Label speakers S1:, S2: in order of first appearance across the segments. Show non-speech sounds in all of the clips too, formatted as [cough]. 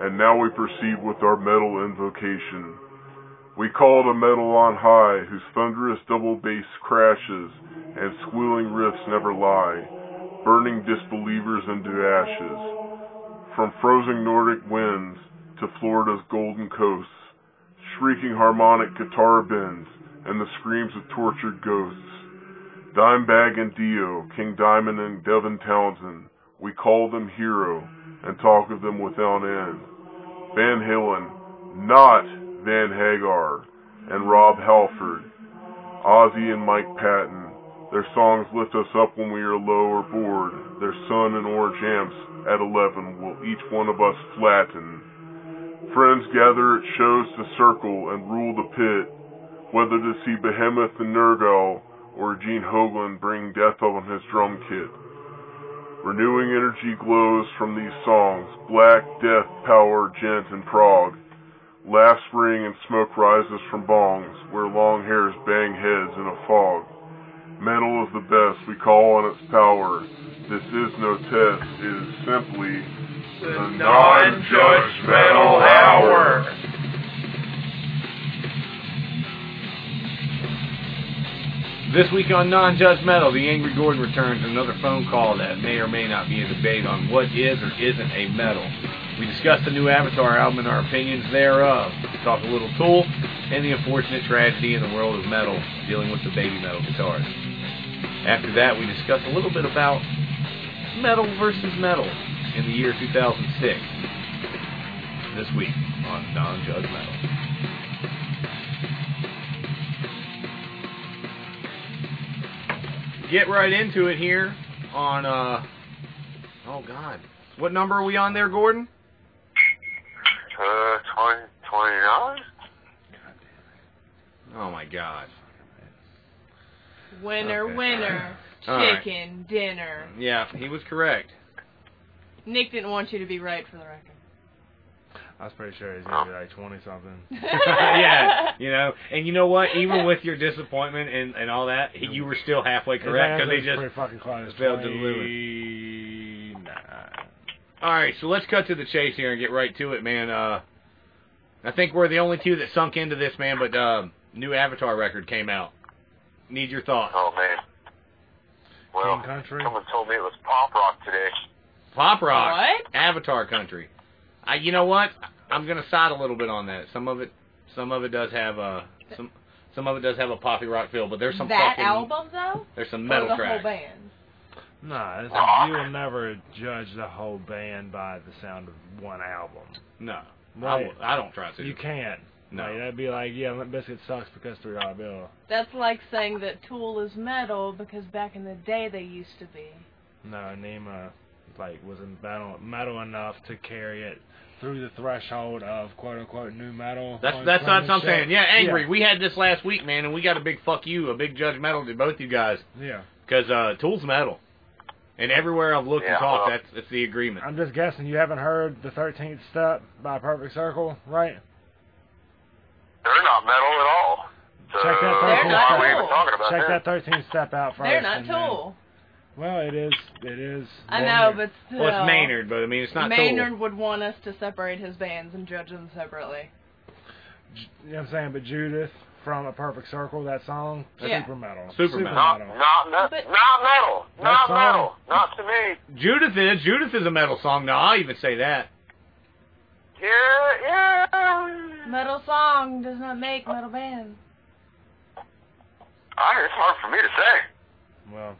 S1: And now we proceed with our metal invocation. We call to metal on high, whose thunderous double bass crashes and squealing riffs never lie, burning disbelievers into ashes. From frozen Nordic winds to Florida's golden coasts, shrieking harmonic guitar bends and the screams of tortured ghosts. Dimebag and Dio, King Diamond and Devin Townsend, we call them hero and talk of them without end. Van Halen, not Van Hagar, and Rob Halford, Ozzy and Mike Patton. Their songs lift us up when we are low or bored. Their sun and orange amps at 11 will each one of us flatten. Friends gather at shows to circle and rule the pit, whether to see Behemoth and Nergal or Gene Hoglan bring death on his drum kit. Renewing energy glows from these songs Black, Death, Power, Gent, and Prague. Laughs ring and smoke rises from bongs, where long hairs bang heads in a fog. Metal is the best, we call on its power. This is no test, it is simply
S2: The Non-Judgmental Hour.
S3: This week on Non-Judgmental, the Angry Gordon returns with another phone call that may or may not be a debate on what is or isn't a metal. We discuss the new Avatar album and our opinions thereof. We talk a little Tool and the unfortunate tragedy in the world of metal dealing with the baby metal guitars. After that, we discuss a little bit about metal versus metal in the year 2006. This week on Non-Judgmental. get right into it here on uh oh god what number are we on there gordon
S4: Uh, 20, 29?
S3: oh my god
S5: Winner,
S3: Okay.
S5: winner,
S3: [laughs] All right.
S5: chicken dinner.
S3: yeah he was
S5: [laughs]
S3: correct
S5: Nick didn't want you to be right for the record. [laughs]
S2: I was pretty sure he's gonna be like twenty something.
S3: [laughs] yeah you know and you know what even with your disappointment and and all that he- you were still halfway correct because they just
S2: pretty fucking close.
S3: failed to deliver.
S2: 29.
S3: all right so let's cut to the chase here and get right to it man uh i think we're the only two that sunk into this man but um new avatar record came out need your thoughts
S4: Oh, man. Well,
S2: King Country.
S4: someone told me it was pop rock today.
S3: Pop rock.
S5: What?
S3: Avatar country. I, you know what? I'm gonna side a little bit on that. Some of it, some of it does have a some, some of it does have a poppy rock feel, but there's some
S5: that
S3: fucking,
S5: album though,
S3: there's some
S5: or
S3: metal
S5: the
S3: tracks.
S5: whole band.
S2: Nah, it's,
S4: Rock.
S2: you will never judge the whole band by the sound of one album.
S3: No, I,
S2: Right.
S3: w- I don't try to.
S2: You can't.
S3: No.
S2: Like, that'd be like, yeah, Limp Biscuit sucks because three dollar bill.
S5: That's like saying that Tool is metal because back in the day they used to be.
S2: No, Nema like was in metal, metal enough to carry it through the threshold of quote unquote new metal.
S3: That's
S2: on
S3: that's
S2: some
S3: what I'm
S2: shit.
S3: saying. Yeah, angry. We had this last week, man, and we got a big fuck you, a big judge metal to both you guys
S2: Yeah.
S3: because uh, Tool's metal, and everywhere I've looked
S4: Yeah,
S3: and talked,
S4: well-
S3: that's that's the agreement.
S2: I'm just guessing you haven't heard the Thirteenth Step by Perfect Circle, right?
S4: They're not metal at all. So,
S2: Check that
S4: why
S5: They're not
S4: are we
S5: metal.
S4: even talking about
S2: Check
S4: them?
S2: that Thirteenth Step out 1st
S5: They're not Tool.
S2: well, it is. It is.
S5: I know,
S2: Maynard.
S5: but still.
S3: well, it's Maynard, but I mean it's not
S5: Oh. Maynard would want us to separate his bands and judge them separately.
S2: J- you know what I'm saying? But Judith from A Perfect Circle, that song,
S5: Yeah.
S2: super metal.
S3: Super metal.
S4: Not,
S2: metal.
S4: not, me-
S5: But-
S4: not metal. Not
S2: That's all.
S4: metal. Not to me.
S3: Tool. Judith is Judith is a metal song. No, I'll even say that.
S4: Yeah, yeah.
S5: Metal song does not make metal bands.
S4: I, it's hard for me to say.
S2: Well,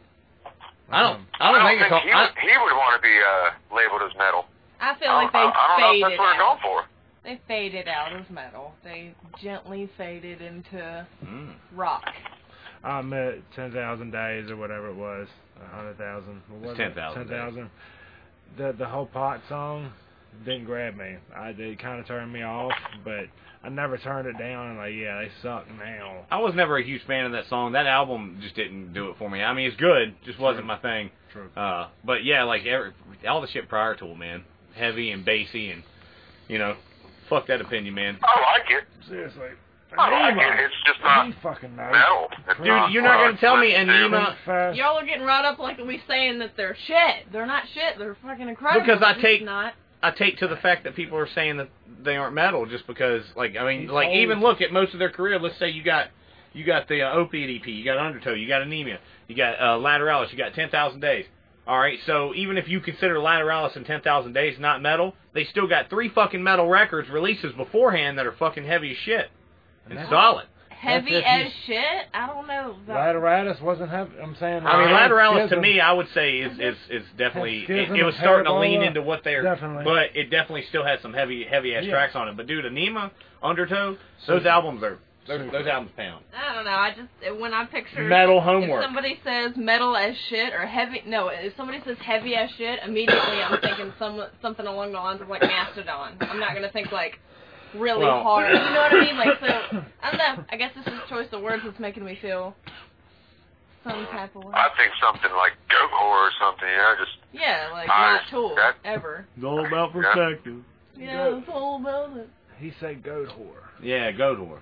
S3: I don't.
S2: um,
S3: Mm. I don't, think,
S4: he,
S3: it's. all-
S4: would, he would want to be uh, labeled as metal.
S5: I feel
S4: I
S5: like they
S4: don't, I, I don't know
S5: faded
S4: if that's what they're
S5: out.
S4: going for.
S5: They faded out as metal. They gently faded into
S3: I, mm.
S5: rock.
S2: I met ten thousand days or whatever it was, a hundred thousand. What
S3: It's
S2: was it?
S3: 10,000 days.
S2: 10,000. The the whole pot song didn't grab me. I it kind of turned me off, but I never turned it down. And like, yeah, they suck now.
S3: I was never a huge fan of that song. That album just didn't do it for me. I mean, it's good, just wasn't my thing.
S2: True.
S3: Uh, but yeah, like every, all the shit prior to it, man, heavy and bassy and you know, fuck that opinion, man.
S4: I like it.
S2: Seriously.
S4: I like
S2: Anima.
S4: it. It's just not
S2: Be fucking nice.
S4: metal. It's
S2: Dude,
S4: not
S3: you're not
S4: what
S3: gonna tell me
S4: I'd listen
S3: Anima-
S4: to.
S2: Think
S3: Uh,
S2: fast.
S5: Y'all are getting right up like we saying that they're shit. They're not shit. They're fucking incredible.
S3: Because I
S5: It's
S3: take-
S5: not.
S3: I take to the fact that people are saying that they aren't metal just because, like, I mean,
S2: He's
S3: like
S2: old.
S3: even look at most of their career. Let's say you got you got the uh, opiate EP, you got Undertow, you got Anemia, you got uh, Lateralis, you got Ten Thousand Days. All right, so even if you consider Lateralis and Ten Thousand Days not metal, they still got three fucking metal records releases beforehand that are fucking heavy as shit and
S2: that's-
S3: solid.
S5: Heavy
S2: if
S5: as
S2: you-
S5: shit. I don't know. about-
S2: Lateralis wasn't heavy. I'm saying.
S3: I mean, Lateralis to
S2: Schism-
S3: me, I would say is is, is definitely it,
S2: Schism
S3: it was
S2: and
S3: starting to lean
S2: Parabola,
S3: into what they're,
S2: definitely.
S3: but it definitely still has some heavy heavy ass
S2: Yeah.
S3: tracks on it. But dude, Anima, Undertow, those
S2: Super.
S3: albums are those,
S2: Super.
S3: those albums pound.
S5: I don't know. I just when I picture
S3: Metal
S5: If
S3: homework.
S5: somebody says metal as shit or heavy, no, if somebody says heavy as shit, immediately I'm thinking some something along the lines of like Mastodon. I'm not gonna think like really
S3: Well-
S5: hard. You know what I mean?
S3: [coughs]
S5: Like so, I don't know. I guess this is choice of words that's making me feel some type of way.
S4: I think something like goat whore or something, you know, just
S5: Yeah, like
S4: I-
S5: not tool
S4: that-
S5: ever.
S3: It's all about
S4: perspective.
S5: Yeah, it's all about it.
S2: He said goat whore.
S3: Yeah, Godor.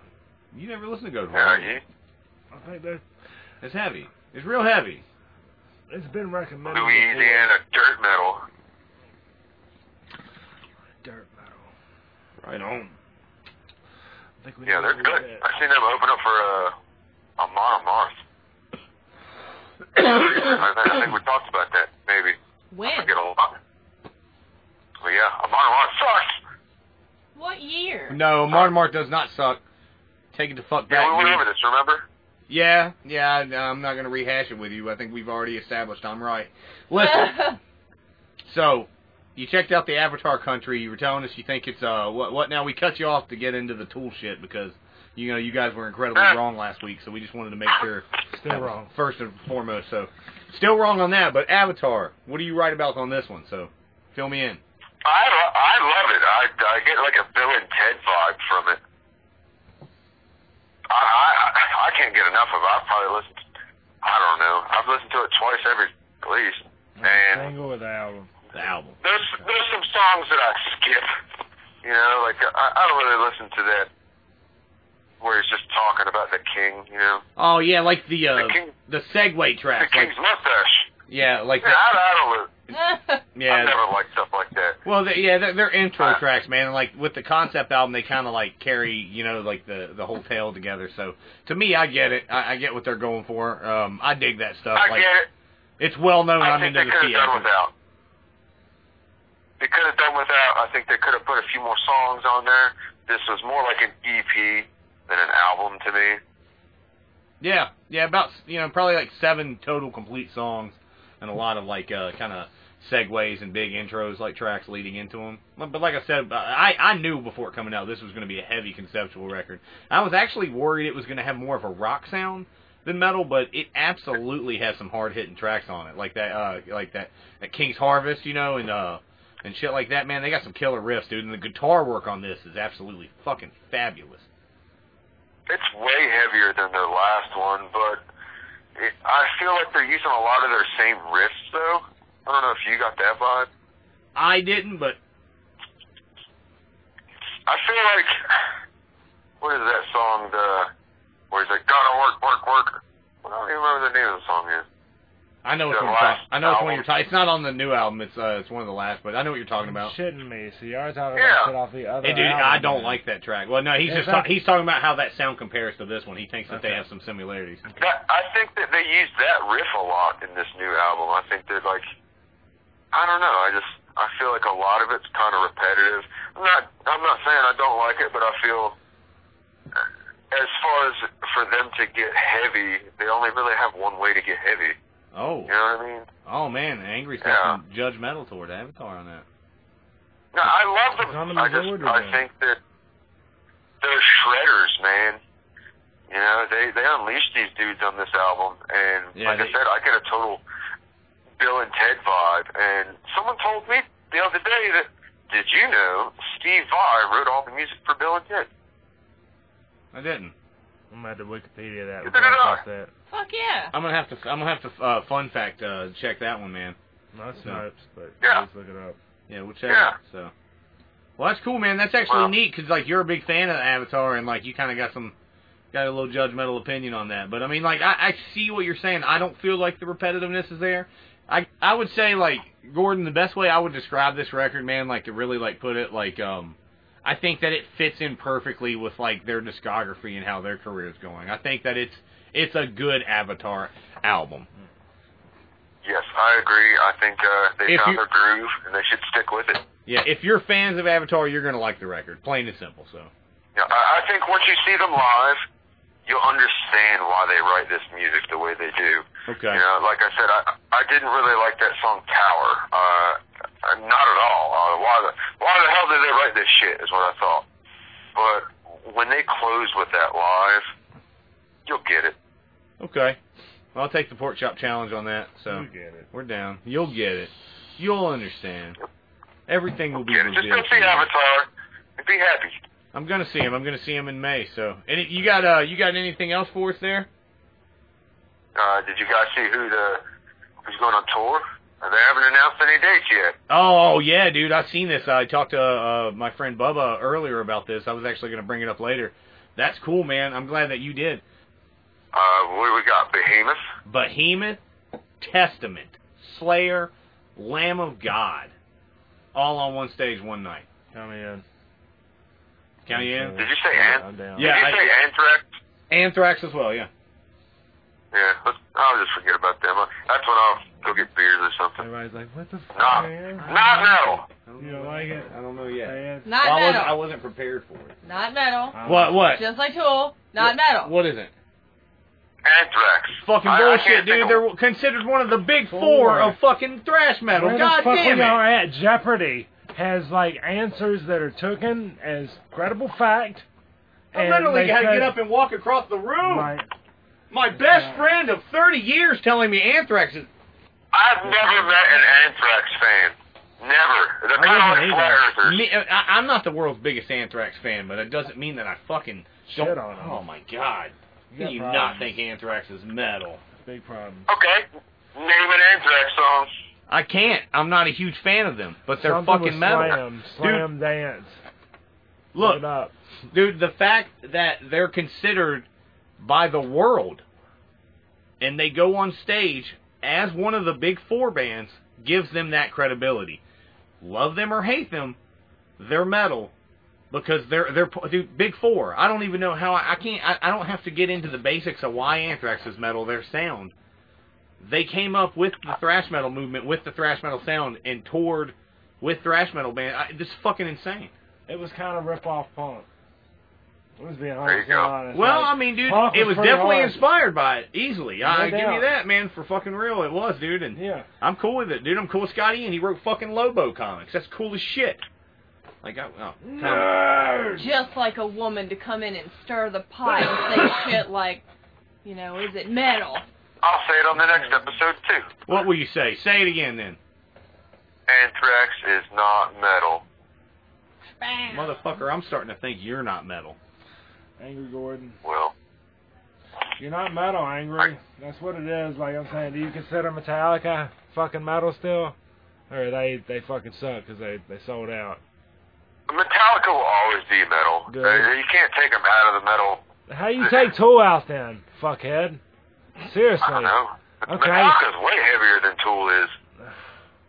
S3: You never listen to Godor.
S4: yeah, you,
S2: I think that
S3: It's heavy. It's real heavy.
S2: it's been recommended.
S4: Louisiana dirt metal.
S2: before. Dirt metal.
S3: Right on.
S2: I think we
S4: Yeah,
S2: need
S4: they're
S2: to
S4: good.
S2: do
S4: I seen them open up for uh, Amon [coughs] Amarth. I think- I think we talked about that, maybe.
S5: When?
S4: I forget a lot. But yeah, Amon Amarth sucks.
S5: What year?
S3: No, Martin Mark does not suck. Take it to fuck
S4: Yeah,
S3: back.
S4: we went
S3: dude.
S4: over this, remember?
S3: Yeah, yeah. I, I'm not gonna rehash it with you. I think we've already established I'm right.
S4: [laughs]
S3: Listen. So, you checked out the Avatar country. You were telling us you think it's uh what what now? We cut you off to get into the tool shit because you know you guys were incredibly wrong last week, so we just wanted to make sure
S2: it. Still Ah. wrong.
S3: first and foremost. So, still wrong on that. But Avatar, what do you write about on this one? So, fill me in.
S4: I, lo- I love it. I, I get like a Bill and Ted vibe from it. I, I I can't get enough of it. I've probably listened. To, I don't know. I've listened to it twice every at least. And
S2: Single with the album.
S3: The album.
S4: there's there's some songs that I skip. You know, like I, I don't really listen to that where he's just talking about the king. You know,
S3: Oh yeah, like the uh,
S4: The King-
S3: the segue
S4: the
S3: tracks. Like
S4: king's mustache.
S3: yeah, like
S4: Yeah, I, I don't. li-
S3: the,
S4: I
S3: yeah.
S4: never liked stuff like that.
S3: Well, they, yeah, they're, they're intro
S4: Uh,
S3: tracks, man. and, Like with the concept album, they kind of like carry, you know, like the the whole tale together. So to me, I get it. I, I get what they're going for. Um, I dig that stuff.
S4: I
S3: like
S4: get it.
S3: it's well known.
S4: I
S3: am
S4: think
S3: into
S4: they
S3: the
S4: could
S3: tea
S4: have done
S3: acid.
S4: without. They could have done without. I think they could have put a few more songs on there. This was more like an EP than an album to me.
S3: Yeah, yeah, about you know probably like seven total complete songs, and a lot of like uh, kind of segues and big intros, like tracks leading into them. But, but like I said, I I knew before it coming out this was going to be a heavy conceptual record. I was actually worried it was going to have more of a rock sound than metal, but it absolutely has some hard hitting tracks on it, like that uh like that that King's Harvest, you know, and uh and shit like that. Man, they got some killer riffs, dude, and the guitar work on this is absolutely fucking fabulous.
S4: It's way heavier than their last one, but it, I feel like they're using a lot of their same riffs, though. I don't know if you got that vibe.
S3: I didn't, but
S4: I feel like what is that song? The where he's like, "Gotta work, work, work." I don't even remember the name of the song yet.
S3: I know which
S4: The
S3: one you're talking.
S4: last
S3: I know it's one
S4: album.
S3: you're talking. It's not on the new album. It's uh, it's one of the last, but I know what you're talking about.
S2: You're shitting me. So you are talking
S4: Yeah.
S2: about shit off the other.
S3: Hey, dude,
S2: album,
S3: I don't
S2: man.
S3: like that track. Well, no, he's
S2: It's
S3: just
S2: not-
S3: ta- he's talking about how that sound compares to this one. He thinks that they
S2: Okay.
S3: have some similarities.
S4: That, I think that they used that riff a lot in this new album. I think they're like, I don't know. I just I feel like a lot of it's kind of repetitive. I'm not I'm not saying I don't like it, but I feel uh, as far as for them to get heavy, they only really have one way to get heavy.
S3: Oh,
S4: You know what I mean?
S3: oh man, Angry's got
S4: Yeah.
S3: some Judge Metal toward Avatar on that.
S4: No, I love them.
S2: Drum and
S4: I just
S2: Lord or
S4: I
S2: what?
S4: think that they're shredders, man. You know, they they unleashed these dudes on this album, and
S3: Yeah,
S4: like I
S3: they-
S4: said, I get a total Bill and Ted vibe. And someone told me the other day that did you know Steve Vai wrote all the music for Bill and Ted?
S3: I didn't.
S2: I'm at the Wikipedia that.
S4: You
S2: before
S4: did it
S2: I
S4: all.
S2: post that.
S5: [laughs] Fuck yeah.
S3: I'm gonna have to. I'm gonna have to. Uh, fun fact. Uh, check that one, man.
S2: No, it's
S3: No.
S2: not. But
S4: Yeah.
S2: let's look it up.
S3: Yeah, we'll check.
S4: Yeah.
S3: It, so. Well, that's cool, man. That's actually
S4: Well-
S3: neat because like you're a big fan of Avatar, and like you kind of got some got a little judgmental opinion on that. But I mean, like I, I see what you're saying. I don't feel like the repetitiveness is there. I I would say like Gordon, the best way I would describe this record, man, like to really like put it like um I think that it fits in perfectly with like their discography and how their career is going. I think that it's it's a good Avatar album.
S4: Yes, I agree. I think uh, they
S3: If
S4: found
S3: you-
S4: their groove and they should stick with it.
S3: Yeah, if you're fans of Avatar, you're gonna like the record, plain and simple. So
S4: Yeah, I, I think once you see them live, you'll understand why they write this music the way they do.
S3: okay,
S4: You know, like I said, I I didn't really like that song Tower. Uh, uh, not at all. Uh, why the why the hell did they write this shit? Is what I thought. But when they close with that live, you'll get it.
S3: okay. Well, I'll take the pork chop challenge on that. So
S2: You get it.
S3: we're down. You'll get it. You'll understand. Everything will be
S4: Get it. Just go
S3: revealed to
S4: see
S3: you.
S4: Avatar and be happy.
S3: I'm gonna see him. I'm gonna see him in May. So, and you got uh, you got anything else for us there?
S4: Uh, did you guys see who the who's going on tour? They haven't announced any dates yet.
S3: Oh yeah, dude, I've seen this. I talked to uh, my friend Bubba earlier about this. I was actually gonna bring it up later. That's cool, man. I'm glad that you did.
S4: Uh, what do we got? Behemoth.
S3: Behemoth, Testament, Slayer, Lamb of God, all on one stage one night.
S2: Come in.
S3: Count you in?
S4: Did you say
S2: Yeah,
S4: Ant-
S2: I'm down.
S3: Yeah,
S4: Did you
S3: I-
S4: say Anthrax?
S3: Anthrax as well, yeah.
S4: Yeah, let's, I'll just forget about them. I- That's when I'll go get beers or something.
S2: Everybody's like, what the
S3: Mm-hmm.
S2: fuck,
S4: Nah,
S2: man?
S4: not metal.
S2: You don't like it?
S3: I don't know
S2: Man,
S5: Not
S3: Well, I, wasn't, I
S5: metal.
S3: wasn't prepared for it.
S5: Not metal.
S2: I don't-
S3: What? What?
S5: Just like Tool. Not metal.
S3: What is it?
S4: Anthrax.
S3: Fucking
S4: I- I
S3: bullshit,
S4: can't think
S3: dude.
S4: of-
S3: They're considered one of the big four,
S2: Four.
S3: of fucking thrash metal.
S2: Where the
S3: God
S2: fuck
S3: damn
S2: we
S3: it.
S2: are at Jeopardy has like answers that are taken as credible fact.
S3: I
S2: and
S3: literally
S2: they
S3: Oh, had to
S2: said, uh,
S3: get up and walk across the room.
S2: like,
S3: My best
S2: Yeah.
S3: friend of 30 years telling me anthrax is.
S4: I've never met an Anthrax fan. Never. They're kind of
S3: Ah,
S4: like flat earthers.
S3: Me, I, I'm not the world's biggest anthrax fan, but it doesn't mean that I fucking
S2: Shit
S3: don't-
S2: on 'em.
S3: Oh my god.
S2: You
S3: Do
S2: got
S3: you not
S2: problems.
S3: think anthrax is metal?
S2: Big problem.
S4: Okay, name an Anthrax song.
S3: I can't. I'm not a huge fan of them, but they're
S2: Something with
S3: fucking metal.
S2: Slam, slam dance.
S3: Look,
S2: it up.
S3: dude the fact that they're considered by the world and they go on stage as one of the big four bands gives them that credibility love them or hate them they're metal because they're they're dude, big four i don't even know how i, I can't I, I don't have to get into the basics of why anthrax is metal their sound they came up with the thrash metal movement with the thrash metal sound and toured with thrash metal band I, this is fucking insane
S2: It was kind of rip off punk. Let's be
S4: There you
S2: honest.
S4: go.
S2: honest.
S3: Well,
S2: like,
S3: I mean, dude,
S2: Punk
S3: it was
S2: was pretty
S3: definitely
S2: hard.
S3: inspired by it, easily. I
S2: No
S3: give you
S2: doubt.
S3: that, man, for fucking real. It was, dude, and
S2: yeah.
S3: I'm cool with it, dude. I'm cool with Scotty, and he wrote fucking Lobo comics. That's cool as shit. Like, I, oh,
S5: Just like a woman to come in and stir the pot and
S3: [laughs]
S5: say shit like, you know, is it metal?
S4: I'll say it on the next episode too.
S3: what will you say? Say it again, then,
S4: Anthrax is not metal.
S5: Bam.
S3: motherfucker. I'm starting to think you're not metal.
S2: Angry Gordon.
S4: Well,
S2: You're not metal, angry. That's what it is. Like I'm saying, do you consider Metallica fucking metal still, or they they fucking suck because they they sold out?
S4: Metallica will always be metal.
S2: Good.
S4: Uh, you can't take them out of the metal.
S2: How you take Tool out then, fuckhead? Seriously.
S4: I don't know.
S2: Okay.
S4: Metallica's way heavier than Tool is.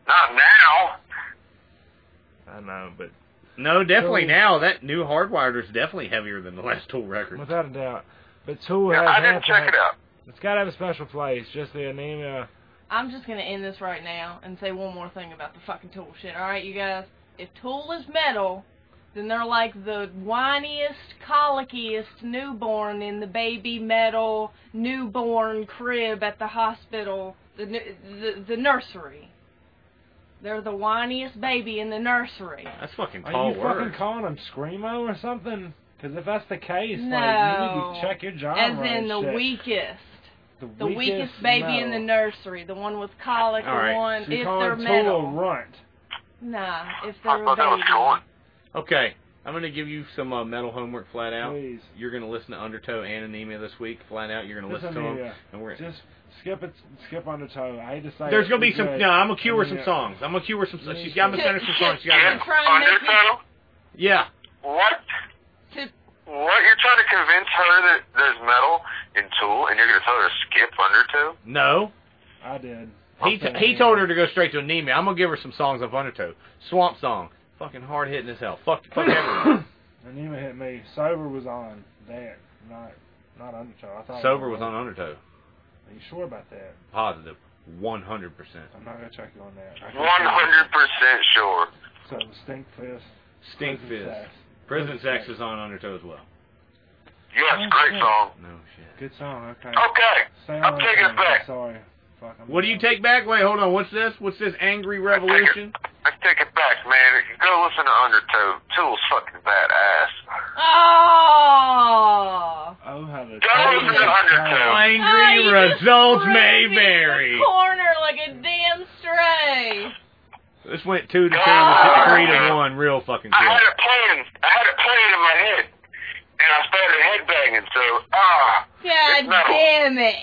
S4: Not now.
S2: I know, but
S3: No, definitely
S2: So-
S3: now that new Hardwired is definitely heavier than the last Tool record.
S2: without a doubt. But Tool
S4: Yeah,
S2: has
S4: I
S2: had
S4: didn't
S2: to
S4: check
S2: have-
S4: it out.
S2: It's got to have a special place. Just the anemia.
S5: I'm just gonna end this right now and say one more thing about the fucking Tool shit. All right, you guys, if Tool is metal, then they're like the whiniest, colickiest newborn in the baby metal newborn crib at the hospital, the nu- the, the nursery. They're the whiniest baby in the nursery.
S3: That's fucking
S2: Are
S3: tall
S2: you
S3: words.
S2: fucking calling them screamo or something? Because if that's the case, like you
S5: No.
S2: need to check your genre.
S5: As in
S2: and
S5: the
S2: shit.
S5: weakest,
S2: the,
S5: the weakest, baby in the
S2: metal.
S5: nursery, the one with colic,
S3: All right,
S5: the one
S2: So you're
S5: if they're
S2: calling
S5: metal.
S2: Tool a runt.
S5: Nah, if
S4: I
S5: they're a
S4: thought that was
S5: baby.
S4: cool.
S3: Okay, I'm gonna give you some uh, metal homework flat out.
S2: Please.
S3: You're gonna listen to Undertow and Anemia this week, flat out. You're gonna
S2: Just
S3: listen to them,
S2: Anemia.
S3: and we're
S2: Just skip it. Skip undertow. I hate to say
S3: There's
S2: it,
S3: gonna be
S2: it's
S3: some.
S2: good.
S3: No, I'm gonna cue her some
S2: Anemia.
S3: songs. I'm gonna cue her some. She's
S2: Anemia.
S3: got to send her some songs. She
S5: Yeah.
S3: got
S4: Yeah.
S3: to.
S5: Trying to make me-
S4: Undertow?
S3: Yeah.
S4: What?
S5: To-
S4: What? You're trying to convince her that there's metal in Tool, and you're going to tell her to skip Undertow?
S3: No.
S2: I did.
S3: He, t- he told her to go straight to anemia. I'm gonna give her some songs of Undertow. Swamp Song, fucking hard hitting as hell. Fuck, fuck
S2: [coughs]
S3: everyone.
S2: Anima hit me. Sober was on that, not not Undertow. I thought
S3: Sober was on Undertow.
S2: Are you sure about that?
S3: Positive, 100. percent
S2: I'm not gonna check you on that. I can-
S4: 100% sure.
S2: So stink fist.
S3: Stink
S2: prison
S3: Fist.
S2: sex.
S3: Prison Sex is on Undertow as well.
S4: Yes, great song.
S3: No shit.
S2: Good song. Okay.
S4: Okay,
S2: Sound
S4: I'm taking Oh, it
S2: okay,
S4: back.
S2: Sorry. Fuck, I'm
S3: What do you take back? Wait, hold on. What's this? What's this? Angry [laughs] Revolution?
S4: I take it back, man. Go listen to Undertow. Tool's fucking badass.
S5: Oh.
S2: Oh, how the.
S4: Go listen to Undertow.
S5: Oh,
S3: Angry
S5: you just
S3: Results
S5: threw
S3: May
S5: me in the
S3: Vary.
S5: Corner like a damn stray.
S3: This went two to two, to three to one, real fucking
S4: I had
S3: quick.
S4: a plan. I had a plan in my head, and I started headbanging. So ah,
S5: God
S4: No.
S5: damn it.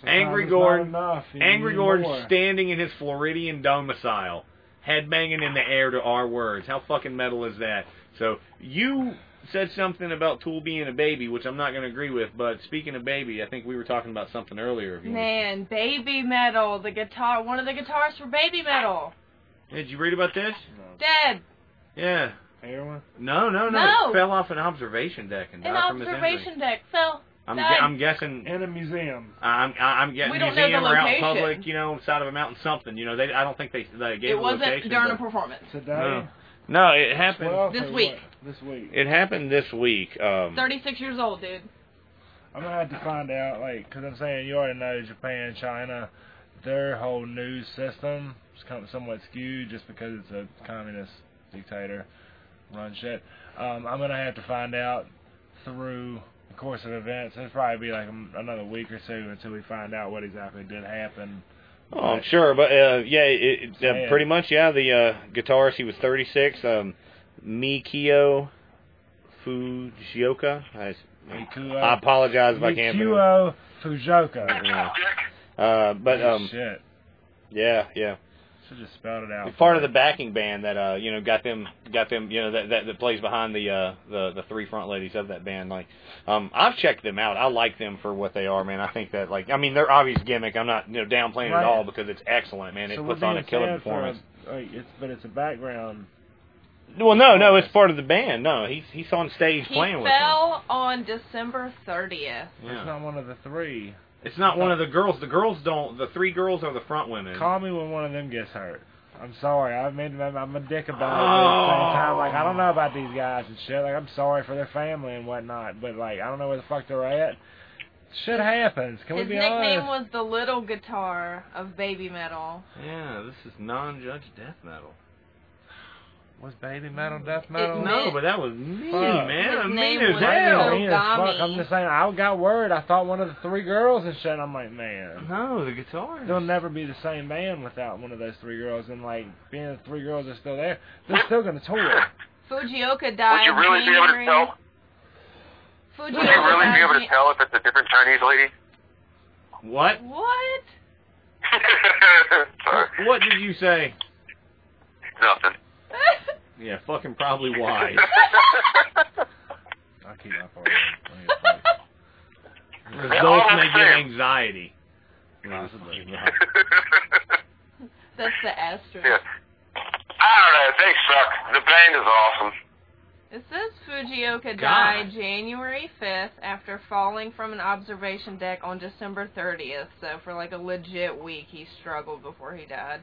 S2: Sometimes
S3: Angry
S2: it's not
S3: Gordon.
S2: enough. You
S3: Angry
S2: need
S3: Gordon
S2: more.
S3: standing in his Floridian domicile, headbanging in the air to our words. How fucking metal is that? So you said something about Tool being a baby, which I'm not going to agree with. But speaking of baby, I think we were talking about something earlier. If you want-
S5: Man, baby metal. The guitar. One of the guitars for baby metal.
S3: Did you read about this?
S5: Dead.
S3: Yeah.
S2: Heroin.
S3: No, no, no.
S5: No.
S3: It fell off an observation deck and
S5: An
S3: died from his injury.
S5: observation deck fell.
S3: I'm, gu-
S5: died.
S3: I'm guessing.
S2: In a museum.
S3: I'm I'm guessing
S5: We don't know the
S3: museum or out in
S5: location.
S3: public, you know, side of a mountain, something. You know, they I don't think they they gave
S5: It
S3: a
S5: wasn't
S3: location,
S5: during a
S3: but-
S5: performance.
S2: Today.
S3: No, it happened.
S2: 12
S5: This
S2: or
S5: week.
S2: what? This week.
S3: It happened this week. Um,
S5: 36 years old, dude.
S2: I'm gonna have to find out, like, cause I'm saying you already know Japan, China, their whole news system is kind of somewhat skewed just because it's a communist dictator run shit. Um, I'm gonna have to find out through the course of events. It'll probably be like um, another week or two until we find out what exactly did happen.
S3: oh, I'm sure, but uh, yeah, it, it,
S2: Yeah.
S3: uh, pretty much, yeah. The uh, guitarist, he was 36. Um, Mikio Fujioka. I,
S2: Mikuo-
S3: I apologize if I can't. pronounce-
S2: Mikuo Fujioka.
S3: Yeah. Uh, but um,
S2: shit,
S3: yeah, yeah.
S2: should just spelled it out.
S3: part of the backing band that uh you know got them got them you know that that, that plays behind the uh the the three front ladies of that band like um I've checked them out I like them for what they are man I think that like I mean their obvious gimmick I'm not you know downplaying it
S2: Right.
S3: at all because it's excellent man it
S2: so
S3: puts
S2: we're
S3: on a
S2: being
S3: killer
S2: sad for
S3: performance
S2: a- like, it's but it's a background
S3: well no no it's part of the band no he's he's on stage
S5: He
S3: playing with them
S5: fell on December 30th.
S3: Yeah.
S2: It's not one of the three.
S3: it's not one of the girls the girls don't the three girls are the front women
S2: Call me when one of them gets hurt. I'm sorry. I mean, I'm, I'm a dick about it. But at the
S3: Oh.
S2: same time, like I don't know about these guys and shit. Like I'm sorry for their family and whatnot, but like I don't know where the fuck they're at. Shit happens. Can
S5: His
S2: we be
S5: nickname
S2: honest?
S5: was the Little Guitar of Baby Metal.
S3: yeah this is non-judge death metal
S2: was baby metal death metal?
S5: No,
S3: no Oh, but that was mean
S2: Fuck.
S3: man
S5: His
S3: I'm
S5: name
S3: mean as
S5: was
S3: hell
S5: Little
S2: I mean, fuck.
S5: Dami.
S2: I'm just saying. I got worried. I thought one of the three girls and shit. I'm like, man.
S3: no the guitar
S2: They'll never be the same band without one of those three girls, and like being the three girls are still there, they're still gonna tour.
S5: Fujioka
S4: Would
S5: died.
S4: you really be able to
S5: January-
S4: tell?
S5: Fujioka
S4: Would you really be
S5: died
S4: able to tell if it's a different Chinese lady?
S3: what
S5: Jan- What? [laughs]
S4: Sorry, [laughs]
S3: What did you say?
S4: nothing.
S3: Yeah, fucking probably why.
S4: [laughs]
S2: I keep my phone. I get fucked.
S3: Results may give anxiety.
S2: Possibly.
S5: That's the asterisk.
S4: yeah. I don't know. They suck. The band is awesome.
S5: It says Fujioka
S3: God.
S5: died January 5th after falling from an observation deck on December 30th. So for like a legit week, he struggled before he died.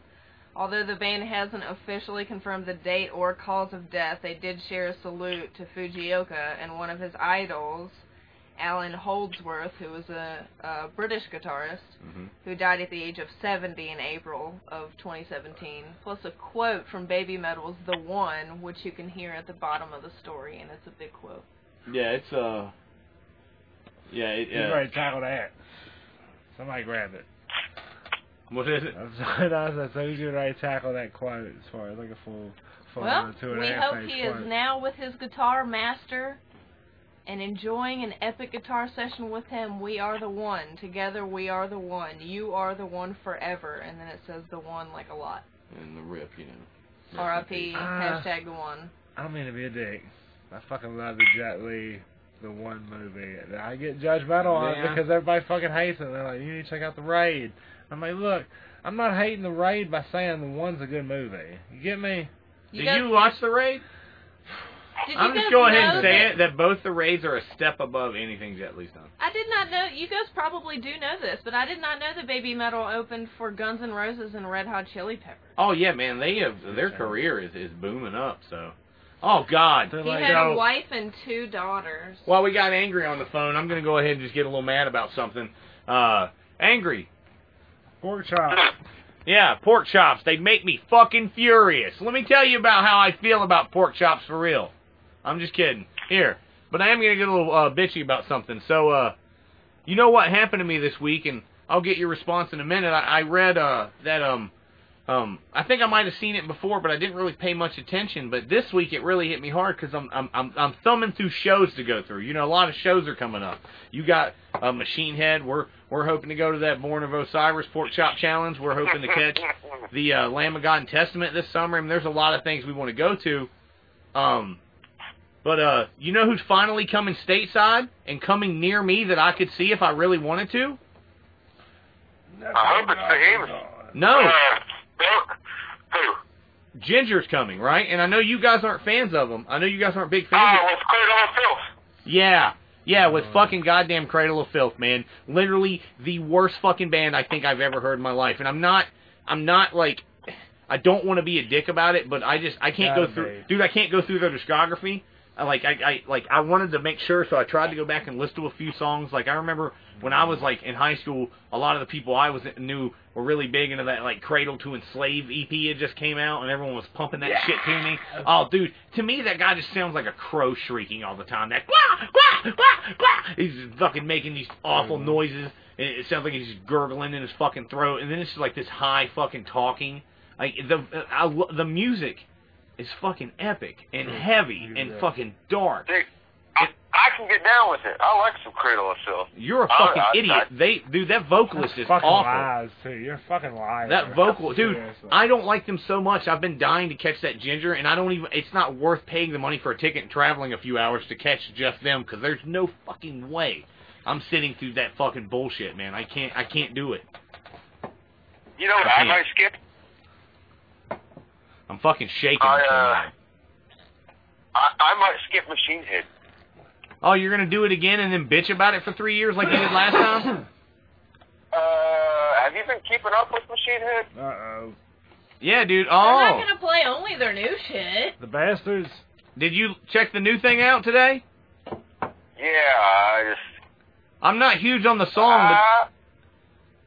S5: Although the band hasn't officially confirmed the date or cause of death, they did share a salute to Fujioka and one of his idols, Alan Holdsworth, who was a, a British guitarist
S3: Mhm.
S5: who died at the age of 70 in April of 2017. Plus a quote from Baby Metal's "The One," which you can hear at the bottom of the story, and it's a big quote.
S3: Yeah, it's uh. Yeah, it,
S2: You ready to tackle that? Somebody grab it.
S3: What is it?
S2: I'm sorry, [laughs] that was that's who's gonna ready to tackle that quote as far as like a full, full
S5: Well,
S2: two and a
S5: we
S2: half
S5: hope
S2: page
S5: he is
S2: quote.
S5: now with his guitar master and enjoying an epic guitar session with him. We are the one. Together we are the one. You are the one forever. And then it says the one like a lot.
S3: And the rip, you know.
S5: R.I.P.
S2: Ah.
S5: hashtag the one.
S2: I don't mean to be a dick. I fucking love the Jet Li, the one movie. I get judgmental on it
S3: Yeah.
S2: because everybody fucking hates it. They're like, you need to check out the Raid. I'm like, look, I'm not hating the raid by saying the one's a good movie. You get me?
S3: Did
S5: guys-
S3: you watch the raid?
S5: Did you
S3: I'm just
S5: guys
S3: go ahead
S5: know
S3: and say
S5: that-
S3: it that both the raids are a step above anything Jet Li's done.
S5: I did not know. You guys probably do know this, but I did not know that Baby Metal opened for Guns N' Roses and Red Hot Chili Peppers.
S3: Oh yeah, man, they have their career is is booming up. So, oh god,
S2: They're
S5: He
S2: like,
S5: had
S3: So-
S5: a wife and two daughters.
S3: While we got angry on the phone, I'm gonna go ahead and just get a little mad about something. Uh, angry.
S2: pork chop.
S3: Yeah, pork chops. They make me fucking furious. Let me tell you about how I feel about pork chops for real. I'm just kidding. Here, but I am gonna get a little uh, bitchy about something. So, uh, you know what happened to me this week, and I'll get your response in a minute. I, I read uh that um um I think I might have seen it before, but I didn't really pay much attention. But this week it really hit me hard because I'm I'm I'm I'm thumbing through shows to go through. You know, a lot of shows are coming up. You got uh, Machine Head. We're we're hoping to go to that Born of Osiris Pork Chop Challenge. We're hoping to catch the uh, Lamb of God and Testament this summer. I mean, there's a lot of things we want to go to. Um, but uh, you know who's finally coming stateside and coming near me that I could see if I really wanted to?
S4: [laughs] I hope it's the Hemus.
S3: No,
S4: Uh, don't- who?
S3: Ginger's coming, right? And I know you guys aren't fans of him. I know you guys aren't big fans.
S4: Ah,
S3: of
S4: with Cradle of Filth.
S3: Yeah. Yeah, with fucking goddamn Cradle of Filth, man. Literally the worst fucking band I think I've ever heard in my life. And I'm not I'm not like I don't want to be a dick about it, but I just I can't
S2: Gotta
S3: go through
S2: be.
S3: dude, I can't go through their discography. I, like I, I like I wanted to make sure, so I tried to go back and listen to a few songs. Like I remember when I was like in high school, a lot of the people I was knew were really big into that like Cradle to Enslave EP. It just came out, and everyone was pumping that shit to me. Oh, dude, to me that guy just sounds like a crow shrieking all the time. That quack quack quack quack. He's just fucking making these awful
S2: Mm.
S3: noises. and It sounds like he's just gurgling in his fucking throat, and then it's just like this high fucking talking. Like the I, lo- the music is fucking epic and heavy and
S2: Mm. Yeah.
S3: fucking dark.
S4: Dude, I, I can get down with it. I like some Cradle of Filth.
S3: You're a
S4: I-
S3: fucking
S4: I- I-
S3: idiot. they dude, that vocalist is
S2: fucking
S3: awful.
S2: lies too. You're a fucking liar.
S3: That vocal, dude.
S2: Seriously.
S3: I don't like them so much. I've been dying to catch that ginger, and I don't even. It's not worth paying the money for a ticket and traveling a few hours to catch just them because there's no fucking way. I'm sitting through that fucking bullshit, man. I can't. I can't do it.
S4: You know what
S3: I
S4: I
S3: can't.
S4: might skip?
S3: I'm fucking shaking.
S4: I, uh, I, I might skip Machine Head.
S3: oh, you're gonna do it again and then bitch about it for three years like you did last
S4: [coughs]
S3: time?
S4: Uh, have you been keeping up with Machine Head?
S2: Uh oh.
S3: Yeah, dude.
S5: They're
S3: Oh,
S5: not gonna play only their new shit.
S2: The bastards.
S3: did you check the new thing out today?
S4: Yeah, I just.
S3: I'm not huge on the song, but
S4: Uh,